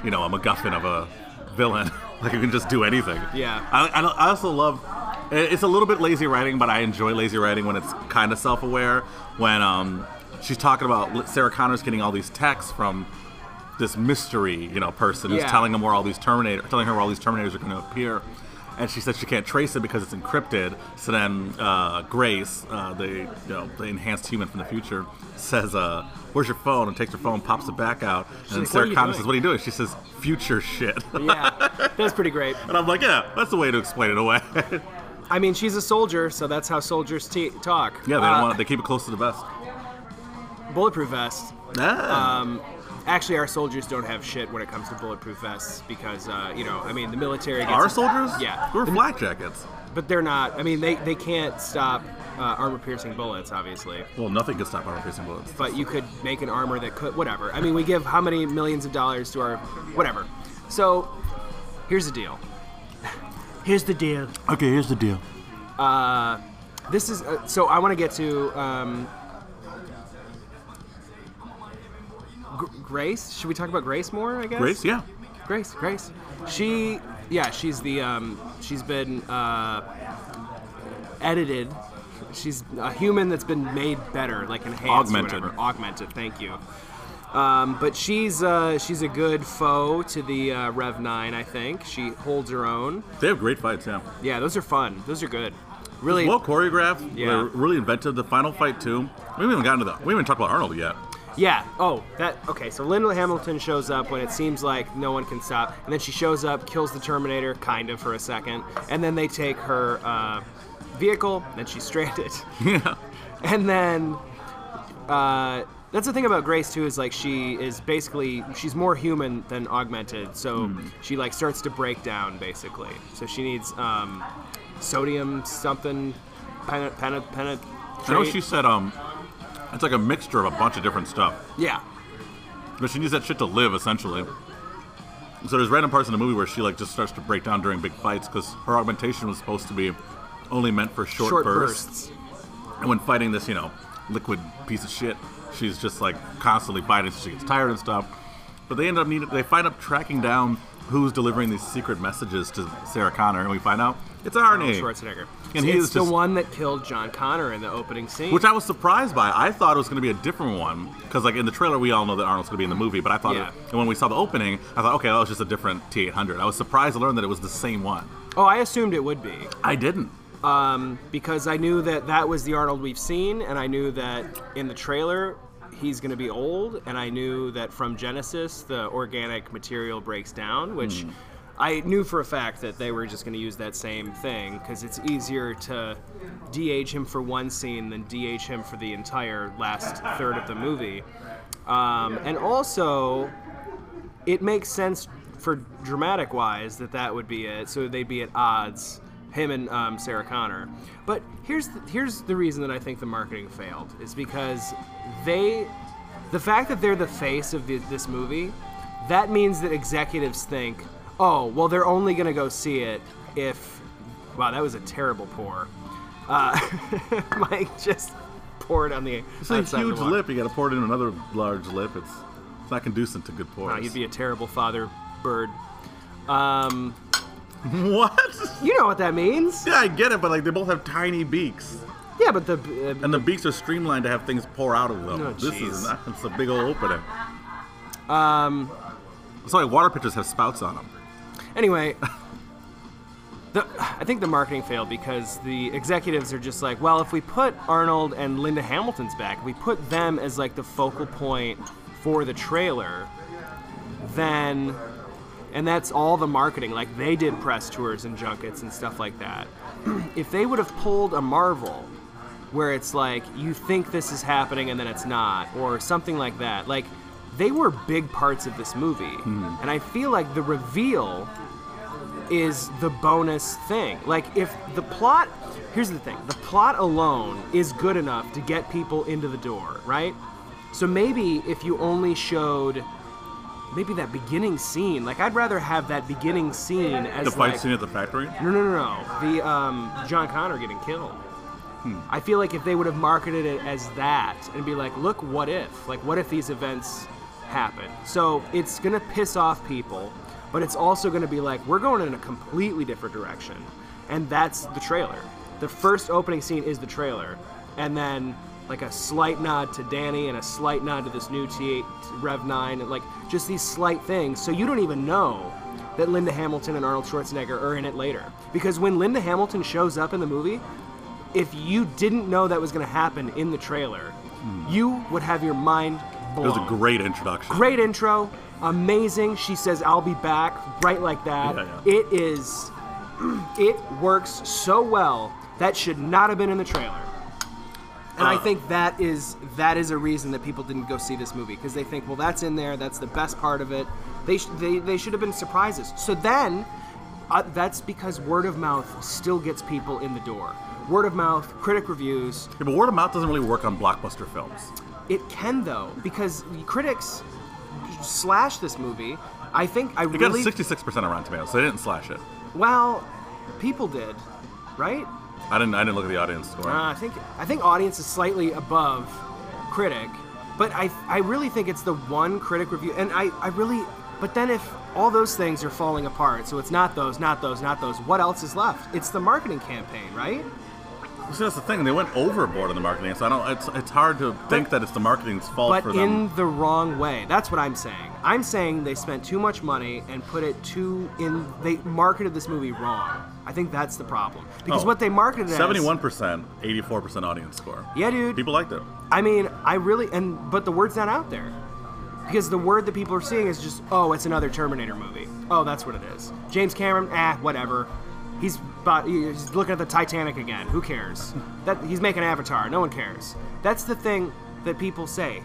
S1: you know, a MacGuffin of a villain. like you can just do anything.
S2: Yeah.
S1: I, I, don't- I also love. it- It's a little bit lazy writing, but I enjoy lazy writing when it's kind of self-aware. When um, she's talking about Sarah Connor's getting all these texts from this mystery, you know, person who's
S2: Yeah.
S1: telling them where all these Terminator, telling her where all these Terminators are going to appear. And she said she can't trace it because it's encrypted. So then uh, Grace, uh, the you know the enhanced human from the future, says, uh, "Where's your phone?" and takes her phone, pops it back out, and then
S2: like, "What are
S1: Sarah
S2: you
S1: Connor
S2: doing?"
S1: says, "What are you doing?" She says, "Future shit."
S2: yeah, that's pretty great.
S1: and I'm like, "Yeah, that's the way to explain it away." yeah, they
S2: I mean, she's a soldier, so that's how soldiers t- talk.
S1: don't
S2: Uh,
S1: want. They keep it close to the vest.
S2: bulletproof vests.
S1: Ah.
S2: Actually, our soldiers don't have shit when it comes to bulletproof vests because, uh, you know, I mean, the military. Gets
S1: Our soldiers?
S2: Yeah.
S1: We're flak jackets.
S2: But they're not. I mean, they, they can't stop uh, armor piercing bullets, obviously.
S1: Well, nothing can stop our piercing bullets.
S2: But you could make an armor that could. Whatever. I mean, we give how many millions of dollars to our. Whatever. So, here's the deal. Here's the deal.
S1: Okay, here's the deal.
S2: This is. Uh, so, I want to get to. Um, Gr- Grace? Should we talk about Grace more, I guess?
S1: Grace, yeah.
S2: Grace, Grace. She, yeah, she's the, um, she's been uh, edited. She's a human that's been made better, like enhanced, or
S1: Augmented.
S2: whatever. augmented. Thank you. Um, but she's uh, she's a good foe to the uh, Rev Nine. I think she holds her own.
S1: They have great fights, yeah.
S2: Yeah, those are fun. Those are good. Really.
S1: Well choreographed.
S2: Yeah.
S1: They're really inventive. The final fight too. We haven't even gotten to that. We haven't even talked about Arnold yet.
S2: Yeah. Oh, that. Okay. So Linda Hamilton shows up when it seems like no one can stop, and then she shows up, kills the Terminator, kind of for a second, and then they take her uh, vehicle, and she's stranded.
S1: Yeah.
S2: And then uh, that's the thing about Grace too is like she is basically she's more human than augmented, so
S1: Hmm.
S2: she like starts to break down basically. So she needs um, sodium something, pen, pen, pen,
S1: I know she said um, it's like a mixture of a bunch of different stuff,
S2: yeah.
S1: but she needs that shit to live essentially. So there's random parts in the movie where she like just starts to break down during big fights because her augmentation was supposed to be only meant for short, bursts. And when fighting this, you know, liquid piece of shit, she's just like constantly fighting, so she gets tired and stuff. But they end up needing, they find up tracking down who's delivering these secret messages to Sarah Connor, and we find out it's Arnie.
S2: Schwarzenegger.
S1: And he
S2: Oh, it's
S1: is
S2: the
S1: just-
S2: one that killed John Connor in the opening scene.
S1: Which I was surprised by. I thought it was going to be a different one because, like in the trailer, we all know that Arnold's going to be in the movie. But I thought,
S2: Yeah.
S1: it, and when we saw the opening, I thought, okay, that was just a different T800. I was surprised to learn that it was the same one.
S2: oh, I assumed it would be
S1: I didn't.
S2: because I knew that that was the Arnold we've seen, and I knew that in the trailer he's going to be old, and I knew that from Genesis the organic material breaks down,
S1: Hmm.
S2: which. I knew for a fact that they were just going to use that same thing because it's easier to DH him for one scene than DH him for the entire last third of the movie. Um, and also, it makes sense for dramatic wise that that would be it. So they'd be at odds, him and um, Sarah Connor. But here's the, here's the reason that I think the marketing failed is because they, the fact that they're the face of the, this movie, that means that executives think, oh, well, they're only gonna go see it if. Wow, that was a terrible pour. Uh, Mike just poured on the.
S1: It's a
S2: outside of the
S1: huge
S2: water.
S1: lip. You got to pour it in another large lip. It's it's not conducive to good
S2: Wow,
S1: pours.
S2: Uh, you'd be a terrible father bird. Um,
S1: what?
S2: You know what that means.
S1: Yeah, I get it, but like they both have tiny beaks,
S2: Yeah, but the. Uh,
S1: and the beaks are streamlined to have things pour out of them.
S2: Oh,
S1: this
S2: jeez. Um,
S1: is not, it's a big old opening. Um, that's why water pitchers have spouts on them.
S2: uh, anyway, the, I think the marketing failed because the executives are just like, well, if we put Arnold and Linda Hamilton's back, if we put them as like the focal point for the trailer, then. And that's all the marketing. Like they did press tours and junkets and stuff like that. if they would have pulled a Marvel where it's like you think this is happening and then it's not or something like that like they were big parts of this movie
S1: Mm-hmm.
S2: and i feel like the reveal is the bonus thing like if the plot here's the thing the plot alone is good enough to get people into the door right so maybe if you only showed maybe that beginning scene like i'd rather have that beginning scene as
S1: The fight
S2: like,
S1: scene at the factory.
S2: no, no, no, no. The um, John Connor getting killed. I feel like if they would have marketed it as that and be like, look, what if? Like, what if these events happen? So it's going to piss off people, but it's also going to be like, we're going in a completely different direction. And that's the trailer. The first opening scene is the trailer. And then like a slight nod to Danny and a slight nod to this new T8 Rev 9, and like just these slight things. So you don't even know that Linda Hamilton and Arnold Schwarzenegger are in it later. Because when Linda Hamilton shows up in the movie, if you didn't know that was going to happen in the trailer, you would have your mind
S1: It
S2: blown.
S1: was a great introduction.
S2: Great intro, amazing. She says, "I'll be back," right like that.
S1: Yeah, yeah.
S2: It is, it works so well. That should not have been in the trailer. And I
S1: Uh.
S2: think that is that is a reason that people didn't go see this movie because they think, well, that's in there. That's the best part of it. They sh- they, they should have been surprises. So then, uh, that's because word of mouth still gets people in the door. Word of mouth, critic reviews,
S1: Yeah, but word of mouth doesn't really work on blockbuster films.
S2: it can though, because critics slash this movie. I think I
S1: It
S2: really
S1: got a 66% on Rotten Tomatoes, so they didn't slash it.
S2: well, people did, right?
S1: I didn't. I didn't look at the audience score.
S2: Uh, I think I think audience is slightly above critic, but I I really think it's the one critic review, and I I really. But then if all those things are falling apart, so it's not those, not those, not those. What else is left? It's the marketing campaign, right?
S1: See, that's the thing. They went overboard on the marketing, so I don't. It's, it's hard to think that it's the marketing's fault
S2: but
S1: for them.
S2: in the wrong way. That's what I'm saying. I'm saying they spent too much money and put it too in. They marketed this movie wrong. I think that's the problem because
S1: Oh.
S2: what they marketed it as
S1: Seventy-one percent, eighty-four percent audience score.
S2: Yeah, dude.
S1: People liked it.
S2: I mean, I really and but the word's not out there because the word that people are seeing is just oh, it's another Terminator movie. Oh, that's what it is. James Cameron, ah, whatever. He's about, he's looking at the Titanic again. Who cares? That he's making Avatar. No one cares. That's the thing that people say,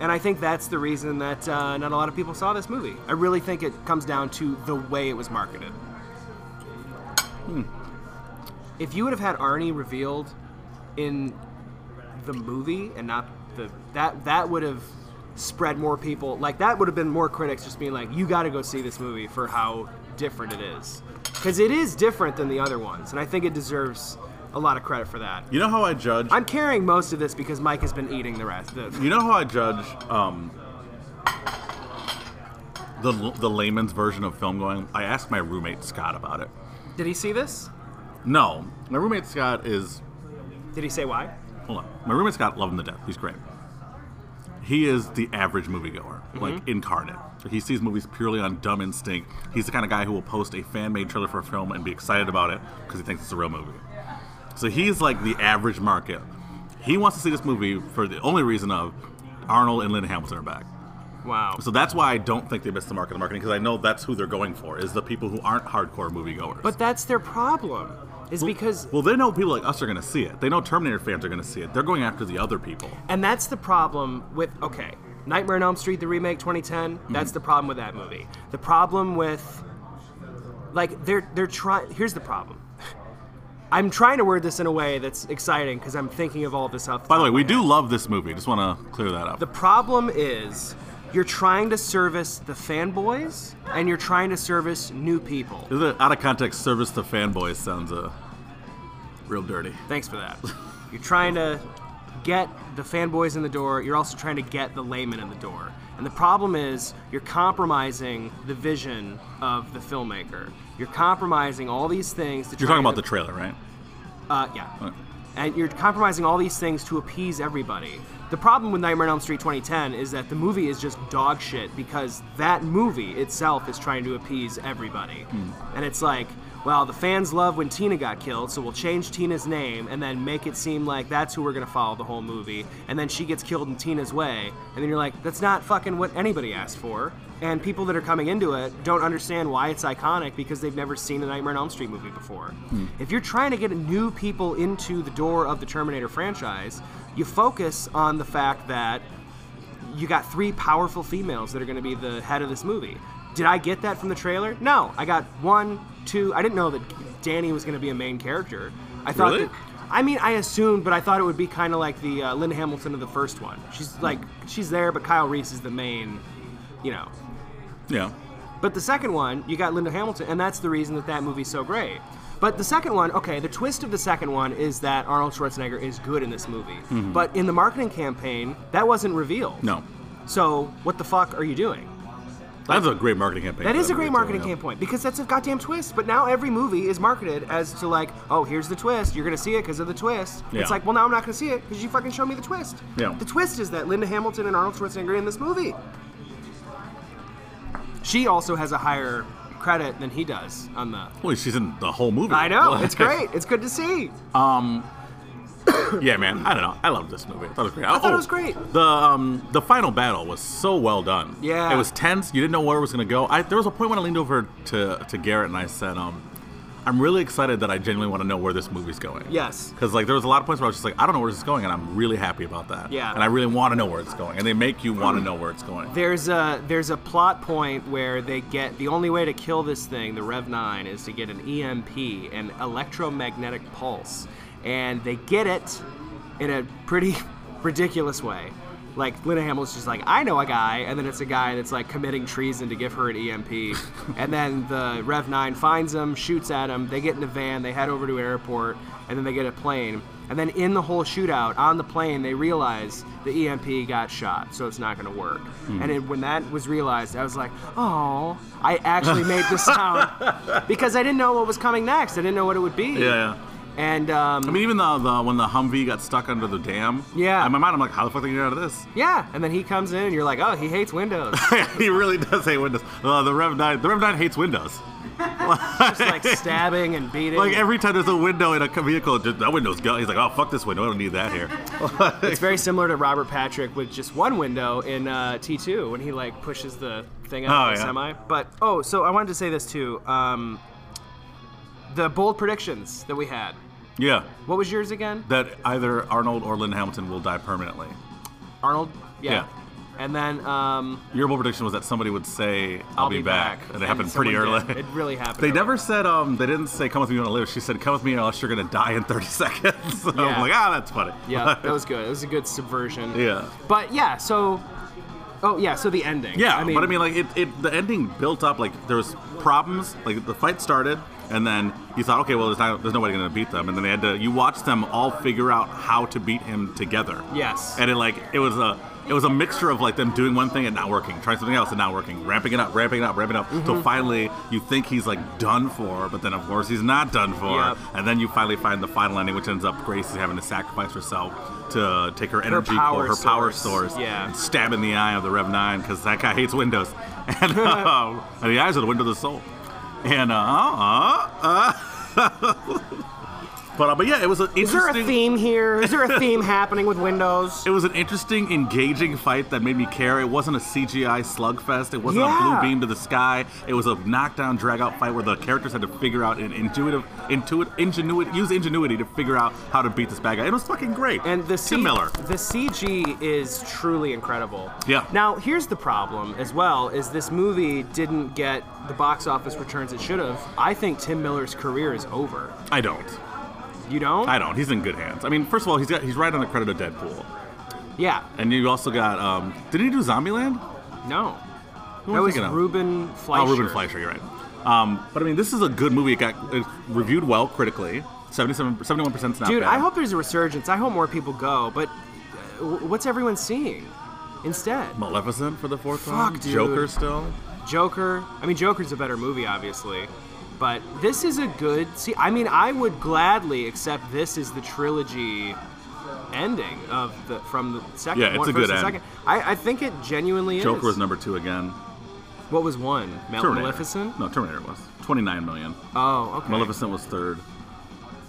S2: and I think that's the reason that uh, not a lot of people saw this movie. I really think it comes down to the way it was marketed. If you would have had Arnie revealed in the movie and not the that that would have spread more people like that would have been more critics just being like you got to go see this movie for how different it is because it is different than the other ones and i think it deserves a lot of credit for that
S1: You know how I judge.
S2: i'm carrying most of this because mike has been eating the rest the,
S1: you know how I judge um, the the layman's version of film going. I asked my roommate Scott about it.
S2: did he see this
S1: No, my roommate Scott is
S2: did he say why
S1: hold on. My roommate Scott, love him to death. He's great. He is the average moviegoer, like incarnate. So he sees movies purely on dumb instinct. He's the kind of guy who will post a fan made trailer for a film and be excited about it because he thinks it's a real movie. So he's like the average market. He wants to see this movie for the only reason of Arnold and Lynn Hamilton are back.
S2: wow
S1: So that's why I don't think they missed the market of marketing because I know that's who they're going for is the people who aren't hardcore moviegoers.
S2: but that's their problem is because
S1: well, they know people like us are going to see it. They know Terminator fans are going to see it. They're going after the other people.
S2: And that's the problem with okay, Nightmare on Elm Street the remake 2010.
S1: Mhm.
S2: That's the problem with that movie. The problem with like they're they're trying. Here's the problem. I'm trying to word this in a way that's exciting because I'm thinking of all this off.
S1: By the way, we do love this movie. Just want to clear that up.
S2: The problem is you're trying to service the fanboys and you're trying to service new people.
S1: This is an out of context service to fanboys sounds uh, real dirty.
S2: Thanks for that. You're trying to get the fanboys in the door, you're also trying to get the layman in the door. And the problem is, you're compromising the vision of the filmmaker. You're compromising all these things. To
S1: You're
S2: try
S1: talking about
S2: to-
S1: the trailer, right?
S2: uh, yeah. And you're compromising all these things to appease everybody. The problem with Nightmare on Elm Street 2010 is that the movie is just dog shit because that movie itself is trying to appease everybody. And it's like, well, the fans love when Tina got killed, so we'll change Tina's name and then make it seem like that's who we're gonna follow the whole movie. And then she gets killed in Tina's way, and then you're like, that's not fucking what anybody asked for. And people that are coming into it don't understand why it's iconic because they've never seen a Nightmare on Elm Street movie before. If you're trying to get new people into the door of the Terminator franchise, you focus on the fact that you got three powerful females that are going to be the head of this movie. Did I get that from the trailer? No, I got one, two. I didn't know that Danny was going to be a main character. I thought.
S1: Really?
S2: That, I mean, I assumed, but I thought it would be kind of like the uh, Lynn Hamilton of the first one. She's like, she's there, but Kyle Reese is the main, you know,
S1: Yeah.
S2: but the second one, you got Linda Hamilton, and that's the reason that that movie's so great. But the second one, okay, the twist of the second one is that Arnold Schwarzenegger is good in this movie. But in the marketing campaign, that wasn't revealed.
S1: No.
S2: So what the fuck are you doing?
S1: That's a great marketing campaign.
S2: That
S1: for
S2: is a great
S1: movie, too,
S2: marketing
S1: yeah.
S2: campaign because that's a goddamn twist. But now every movie is marketed as to like, oh, here's the twist. You're gonna see it because of the twist.
S1: Yeah.
S2: It's like, well, now I'm not gonna see it because you fucking showed me the twist.
S1: Yeah.
S2: The twist is that Linda Hamilton and Arnold Schwarzenegger are in this movie. She also has a higher credit than he does on the.
S1: Well, she's in the whole movie.
S2: I know.
S1: Like,
S2: It's great. It's good to see.
S1: Yeah, man. I don't know. I love this movie. I thought it was great. Oh,
S2: I thought it was great.
S1: The um the final battle was so well done.
S2: Yeah.
S1: It was tense. You didn't know where it was gonna go. I, there was a point when I leaned over to to Garrett and I said, um, I'm really excited that I genuinely want to know where this movie's going.
S2: Yes.
S1: Because like there was a lot of points where I was just like, I don't know where this is going, and I'm really happy about that.
S2: Yeah.
S1: And I really want to know where it's going, and they make you want to know where it's going.
S2: There's a there's a plot point where they get the only way to kill this thing, the Rev Nine, is to get an EMP, an electromagnetic pulse, and they get it in a pretty ridiculous way. Like Linda Hamilton's just like, I know a guy, and then it's a guy that's like committing treason to give her an EMP, and then the Rev Nine finds him, shoots at him. They get in a van, they head over to an airport, and then they get a plane. And then in the whole shootout on the plane, they realize the EMP got shot, so it's not going to work.
S1: Hmm.
S2: And it, when that was realized, I was like, "Oh!" I actually made this sound because I didn't know what was coming next. I didn't know what it would be.
S1: Yeah, yeah.
S2: And um,
S1: I mean, even the, the when the Humvee got stuck under the dam.
S2: Yeah.
S1: In my mind, I'm like, how the fuck they get out of this?
S2: yeah, and then he comes in, and you're like, "Oh, he hates windows."
S1: he really does hate windows. Uh, the Rev Nine. The Rev Nine hates windows.
S2: Just like stabbing and beating.
S1: Like every time there's a window in a co- vehicle, just, that window's gone. He's like, oh fuck this window, I don't need that here.
S2: it's very similar to Robert Patrick with just one window in uh, T2 when he like pushes the thing out
S1: Oh,
S2: of the
S1: yeah.
S2: semi. But oh, so I wanted to say this too. Um, the bold predictions that we had.
S1: yeah,
S2: What was yours again?
S1: that either Arnold or Lynn Hamilton will die permanently.
S2: Arnold.
S1: Yeah.
S2: And then um,
S1: Your bold prediction was that somebody would say, "I'll,
S2: I'll,
S1: be, back. and it happened pretty
S2: someone
S1: early.
S2: did. It really happened.
S1: They
S2: early.
S1: never said um they didn't say come with me you want to live. She said come with me unless you're gonna die in 30 seconds. So
S2: Yeah.
S1: I'm like ah that's funny.
S2: Yeah, that was good. It was a good subversion.
S1: yeah.
S2: But yeah, so. Oh yeah, so the ending.
S1: Yeah, but I mean, like, it, it the ending built up. Like, there was problems. Like, the fight started, and then you thought, okay, well, there's not, there's nobody going to beat them, and then they had to. You watched them all figure out how to beat him together.
S2: Yes.
S1: and it like it was a. It was a mixture of like them doing one thing and not working, trying something else and not working, ramping it up, ramping it up, ramping it
S2: Mm-hmm.
S1: up, till finally you think he's like done for, but then of course he's not done for,
S2: Yep.
S1: and then you finally find the final ending, which ends up Grace is having to sacrifice herself to take her energy,
S2: power
S1: her power
S2: source,
S1: source,
S2: yeah.
S1: and stab in the eye of the Rev Nine because that guy hates windows, and, um, and the eyes are the window of the soul. And uh, uh, uh but uh, but yeah, it was an interesting.
S2: is there a theme here? Is there a theme happening with Windows?
S1: It was an interesting, engaging fight that made me care. It wasn't a CGI slugfest. It wasn't
S2: Yeah.
S1: a blue beam to the sky. It was a knockdown, drag-out fight where the characters had to figure out an intuitive, intuit, ingenuity, use ingenuity to figure out how to beat this bad guy. It was fucking great.
S2: And the
S1: Tim Miller.
S2: the CG is truly incredible.
S1: Yeah.
S2: Now here's the problem as well: is this movie didn't get the box office returns it should have. I think Tim Miller's career is over.
S1: I don't.
S2: You don't?
S1: I don't. He's in good hands. I mean, first of all, he's got he's right on the credit of Deadpool,
S2: yeah.
S1: and you also got um, did he do Zombieland?
S2: No.
S1: Who
S2: that
S1: am I
S2: was
S1: thinking of?
S2: Ruben Fleischer.
S1: Oh, Ruben Fleischer, you're right. Um, but I mean, this is a good movie. It got it reviewed well critically. 71 percent is not
S2: Dude,
S1: bad.
S2: I hope there's a resurgence. I hope more people go. But uh, what's everyone seeing instead?
S1: Maleficent for the fourth
S2: Fuck,
S1: time.
S2: dude.
S1: Joker still.
S2: Joker. I mean, Joker's a better movie, obviously, but this is a good. See, I mean, I would gladly accept this is the trilogy ending of the from the second.
S1: Yeah, it's
S2: one,
S1: a
S2: first
S1: good
S2: and
S1: end.
S2: Second. I, I think it genuinely is.
S1: Joker was number two again.
S2: What was one? Mal-
S1: Terminator.
S2: Maleficent.
S1: No, Terminator was twenty nine million.
S2: Oh, okay.
S1: Maleficent was third.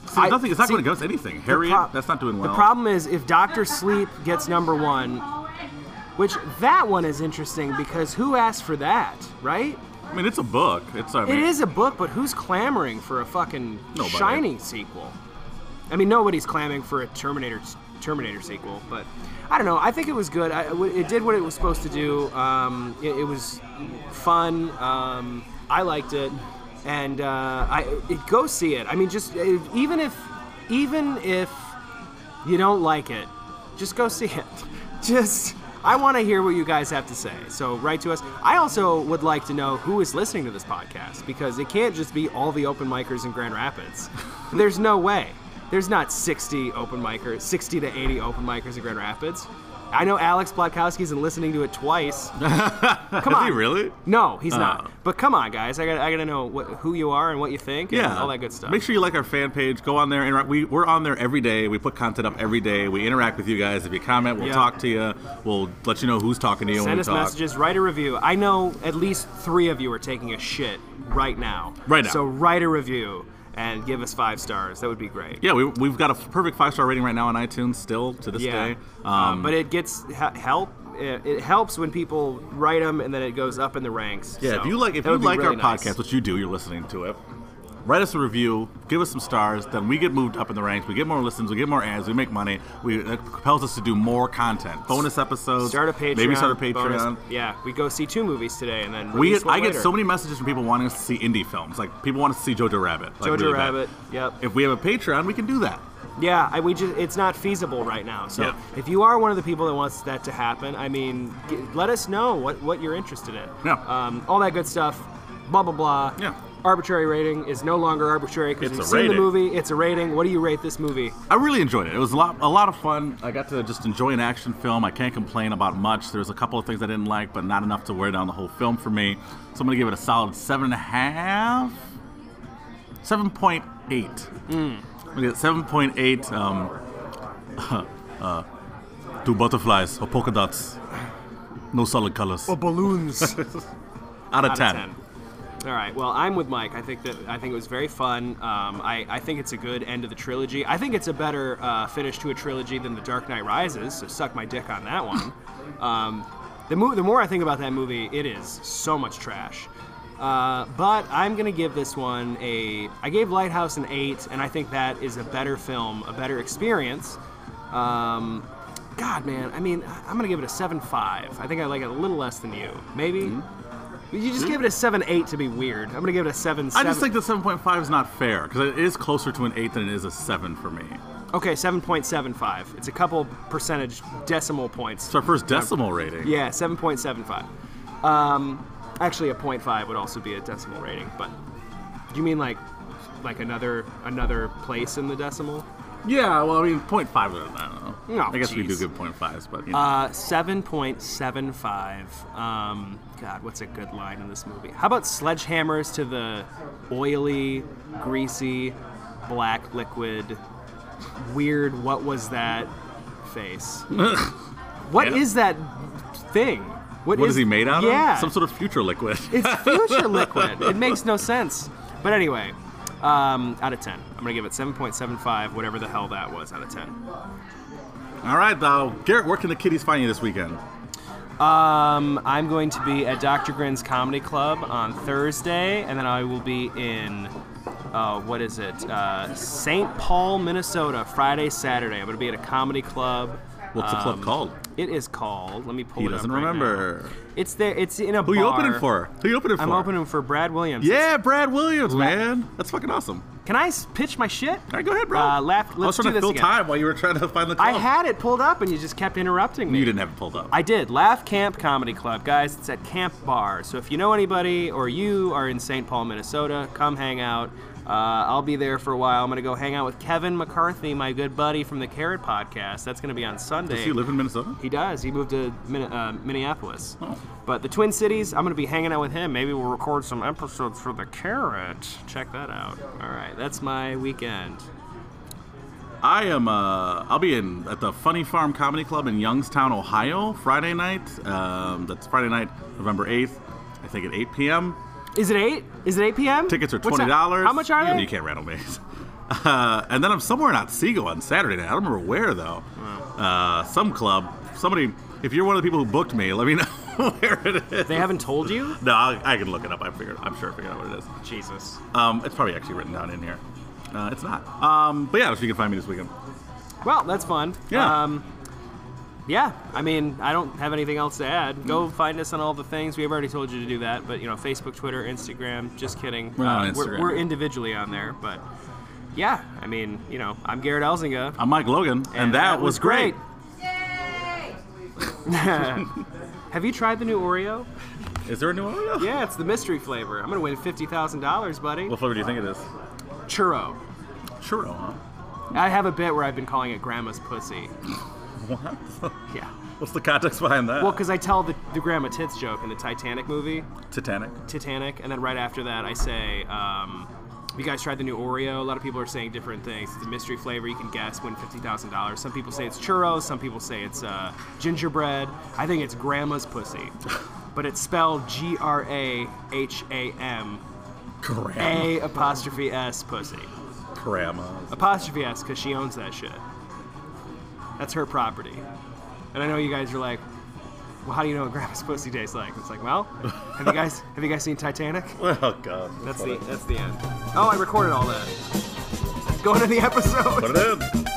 S1: See,
S2: I-
S1: nothing. It's not
S2: see,
S1: going to go to anything.
S2: The
S1: Harriet.
S2: pro-
S1: that's not doing well.
S2: The problem is if Doctor Sleep gets number one, which that one is interesting because who asked for that, right?
S1: I mean, it's a book. It's. I mean,
S2: It is a book, but who's clamoring for a fucking
S1: Nobody.
S2: shiny sequel? I mean, nobody's clamoring for a Terminator Terminator sequel, but I don't know. I think it was good. I, it did what it was supposed to do. Um, it, it was fun. Um, I liked it, and uh, I it, go see it. I mean, just if, even if even if you don't like it, just go see it. Just, I want to hear what you guys have to say. So write to us. I also would like to know who is listening to this podcast because it can't just be all the open micers in Grand Rapids. There's no way. There's not 60 open micers, 60 to 80 open micers in Grand Rapids. I know Alex Blatkowski's been listening to it twice.
S1: Come Is he
S2: on.
S1: really?
S2: No, he's
S1: Oh.
S2: not. But come on, guys, I got I got to know what, who you are and what you think and
S1: Yeah,
S2: all that good stuff.
S1: Make sure you like our fan page. Go on there, interact. We we're on there every day. We put content up every day. We interact with you guys. If you comment, we'll
S2: Yeah.
S1: talk to you. We'll let you know who's talking to you when
S2: Send
S1: we
S2: us
S1: talk.
S2: messages, write a review. I know at least three of you are taking a shit right now.
S1: Right now.
S2: So write a review and give us five stars. That would be great.
S1: Yeah, we, we've got a perfect five star rating right now on iTunes still to this
S2: Yeah.
S1: day.
S2: Um, but it gets he- help. It, it helps when people write them and then it goes up in the ranks.
S1: Yeah,
S2: So
S1: if you like if you
S2: that would be
S1: like our
S2: really nice.
S1: podcast, which you do, you're listening to it. Write us a review, give us some stars, then we get moved up in the ranks. We get more listens, we get more ads, we make money. We that propels us to do more content, bonus episodes,
S2: Start a Patreon.
S1: maybe start a Patreon.
S2: bonus- yeah, we go see two movies today, and then
S1: We
S2: release
S1: get,
S2: one
S1: I get
S2: later.
S1: so many messages from people wanting us to see indie films. Like people want us to see Jojo Rabbit. Like,
S2: Jojo
S1: really bad.
S2: Rabbit. Yep.
S1: If we have a Patreon, we can do that.
S2: Yeah, I, we just it's not feasible right now. So
S1: Yeah.
S2: if you are one of the people that wants that to happen, I mean, g- let us know what what you're interested in.
S1: Yeah.
S2: Um, all that good stuff. Blah blah blah.
S1: Yeah.
S2: Arbitrary rating is no longer arbitrary because
S1: It's
S2: you've
S1: a
S2: seen the
S1: rating.
S2: movie. It's a rating. What do you rate this movie?
S1: I really enjoyed it. It was a lot, a lot of fun. I got to just enjoy an action film. I can't complain about much. There's a couple of things I didn't like, but not enough to wear down the whole film for me. So I'm gonna give it a solid seven and a half, seven point eight. I'm gonna get seven point eight. Um, uh, two butterflies or polka dots. No solid colors.
S2: balloons.
S1: out of, 10.
S2: out of ten. All right. Well, I'm with Mike. I think that I think it was very fun. Um, I, I think it's a good end of the trilogy. I think it's a better uh, finish to a trilogy than The Dark Knight Rises. So suck my dick on that one. um, the mo- the more I think about that movie, it is so much trash. Uh, but I'm gonna give this one a. I gave Lighthouse an eight, and I think that is a better film, a better experience. Um, God, man. I mean, I- I'm gonna give it a seven five. I think I like it a little less than you. Maybe. You just gave it a seven eight to be weird. I'm gonna give it a seven.
S1: Mm-hmm. I just think the 7.5 is not fair because it is closer to an 8 than it is a 7 for me.
S2: okay, seven point seven five. It's a couple percentage decimal points.
S1: It's our first decimal rating.
S2: Yeah, seven point seven five. Um, actually, a point five would also be a decimal rating. But do you mean like like another another place in the decimal?
S1: Yeah, well, I mean, 0.5 I don't know.
S2: Oh,
S1: I guess we do
S2: geez.
S1: give 0.5s, but you know.
S2: Uh, seven point seven five. Um, God, what's a good line in this movie? How about sledgehammers to the oily, greasy, black liquid, weird? What was that face? What is
S1: Yeah.
S2: that thing?
S1: what is, he made out of?
S2: Yeah,
S1: Some sort of future liquid.
S2: it's future liquid. It makes no sense. But anyway, um, out of ten, I'm gonna give it seven point seven five. Whatever the hell that was, out of ten.
S1: All right, though. Garrett, where can the kiddies find you this weekend?
S2: Um, I'm going to be at Dr. Grin's Comedy Club on Thursday, and then I will be in, uh, what is it, uh, St. Paul, Minnesota, Friday, Saturday. I'm going to be at a comedy club.
S1: What's the club
S2: Um,
S1: called?
S2: It is called. Let me pull
S1: He
S2: it up.
S1: doesn't
S2: right
S1: remember.
S2: now. It's there. It's in a
S1: Who
S2: bar.
S1: you opening for? Who you opening for?
S2: I'm opening for Brad Williams.
S1: Yeah, Brad Williams, man. That's fucking awesome.
S2: Can I s- pitch my shit?
S1: All right, go ahead, bro.
S2: Uh, laugh-
S1: I was
S2: let's
S1: trying
S2: do
S1: to
S2: this
S1: fill
S2: again.
S1: time while you were trying to find the club.
S2: I had it pulled up, and you just kept interrupting me.
S1: You didn't have it pulled up.
S2: I did. Laugh Camp Comedy Club, guys. It's at Camp Bar. So if you know anybody or you are in St. Paul, Minnesota, come hang out. Uh, I'll be there for a while. I'm going to go hang out with Kevin McCarthy, my good buddy from the Carrot Podcast. That's going to be on Sunday.
S1: Does he live in Minnesota?
S2: He does. He moved to Min- uh, Minneapolis.
S1: Oh.
S2: But the Twin Cities, I'm going to be hanging out with him. Maybe we'll record some episodes for the Carrot. Check that out. All right, that's my weekend.
S1: I am. Uh, I'll be in at the Funny Farm Comedy Club in Youngstown, Ohio, Friday night. Um, that's Friday night, November eighth. I think at 8 p.m.
S2: Is it eight? Is it eight p.m.?
S1: Tickets are
S2: What's
S1: twenty
S2: that-
S1: dollars.
S2: How much are
S1: you,
S2: they?
S1: You can't rattle me. Uh, and then I'm somewhere in Otsego on Saturday night. I don't remember where though. Uh, some club. Somebody. If you're one of the people who booked me, let me know where it is.
S2: They haven't told you?
S1: No, I, I can look it up. I figured. I'm sure I figured out what it is.
S2: Jesus.
S1: Um, it's probably actually written down in here. Uh, it's not. Um, but yeah, if you can find me this weekend.
S2: Well, that's fun.
S1: Yeah.
S2: Um, yeah. I mean, I don't have anything else to add. Go
S1: Mm.
S2: find us on all the things. We've already told you to do that, but you know, Facebook, Twitter, Instagram. Just kidding. Uh,
S1: We're not on Instagram.
S2: We're, we're individually on there, but yeah. I mean, you know, I'm Garrett Elzinga.
S1: I'm Mike Logan, and, that, was great.
S7: Yay!
S2: Have you tried the new Oreo?
S1: Is there a new one?
S2: Yeah, it's the mystery flavor. I'm gonna win fifty thousand dollars, buddy.
S1: What flavor do you think it is?
S2: Churro.
S1: Churro, huh?
S2: I have a bit where I've been calling it Grandma's pussy.
S1: What?
S2: Yeah.
S1: What's the context behind that?
S2: Well, because I tell the, the grandma tits joke in the Titanic movie,
S1: Titanic.
S2: Titanic, and then right after that I say, um, "You guys tried the new Oreo." A lot of people are saying different things. It's a mystery flavor. You can guess. Win fifty thousand dollars. Some people say it's churros. Some people say it's uh, gingerbread. I think it's grandma's pussy, but it's spelled G R A H A M
S1: Grandma.
S2: A apostrophe S pussy
S1: Grandma.
S2: apostrophe S because she owns that shit. That's her property. And I know you guys are like, well, how do you know what grandma's pussy tastes like? It's like, well, have you guys have you guys seen Titanic?
S1: Oh god.
S2: That's
S1: what
S2: the
S1: it-
S2: that's the end. Oh, I recorded all that. Going to the episode.
S1: Put it in.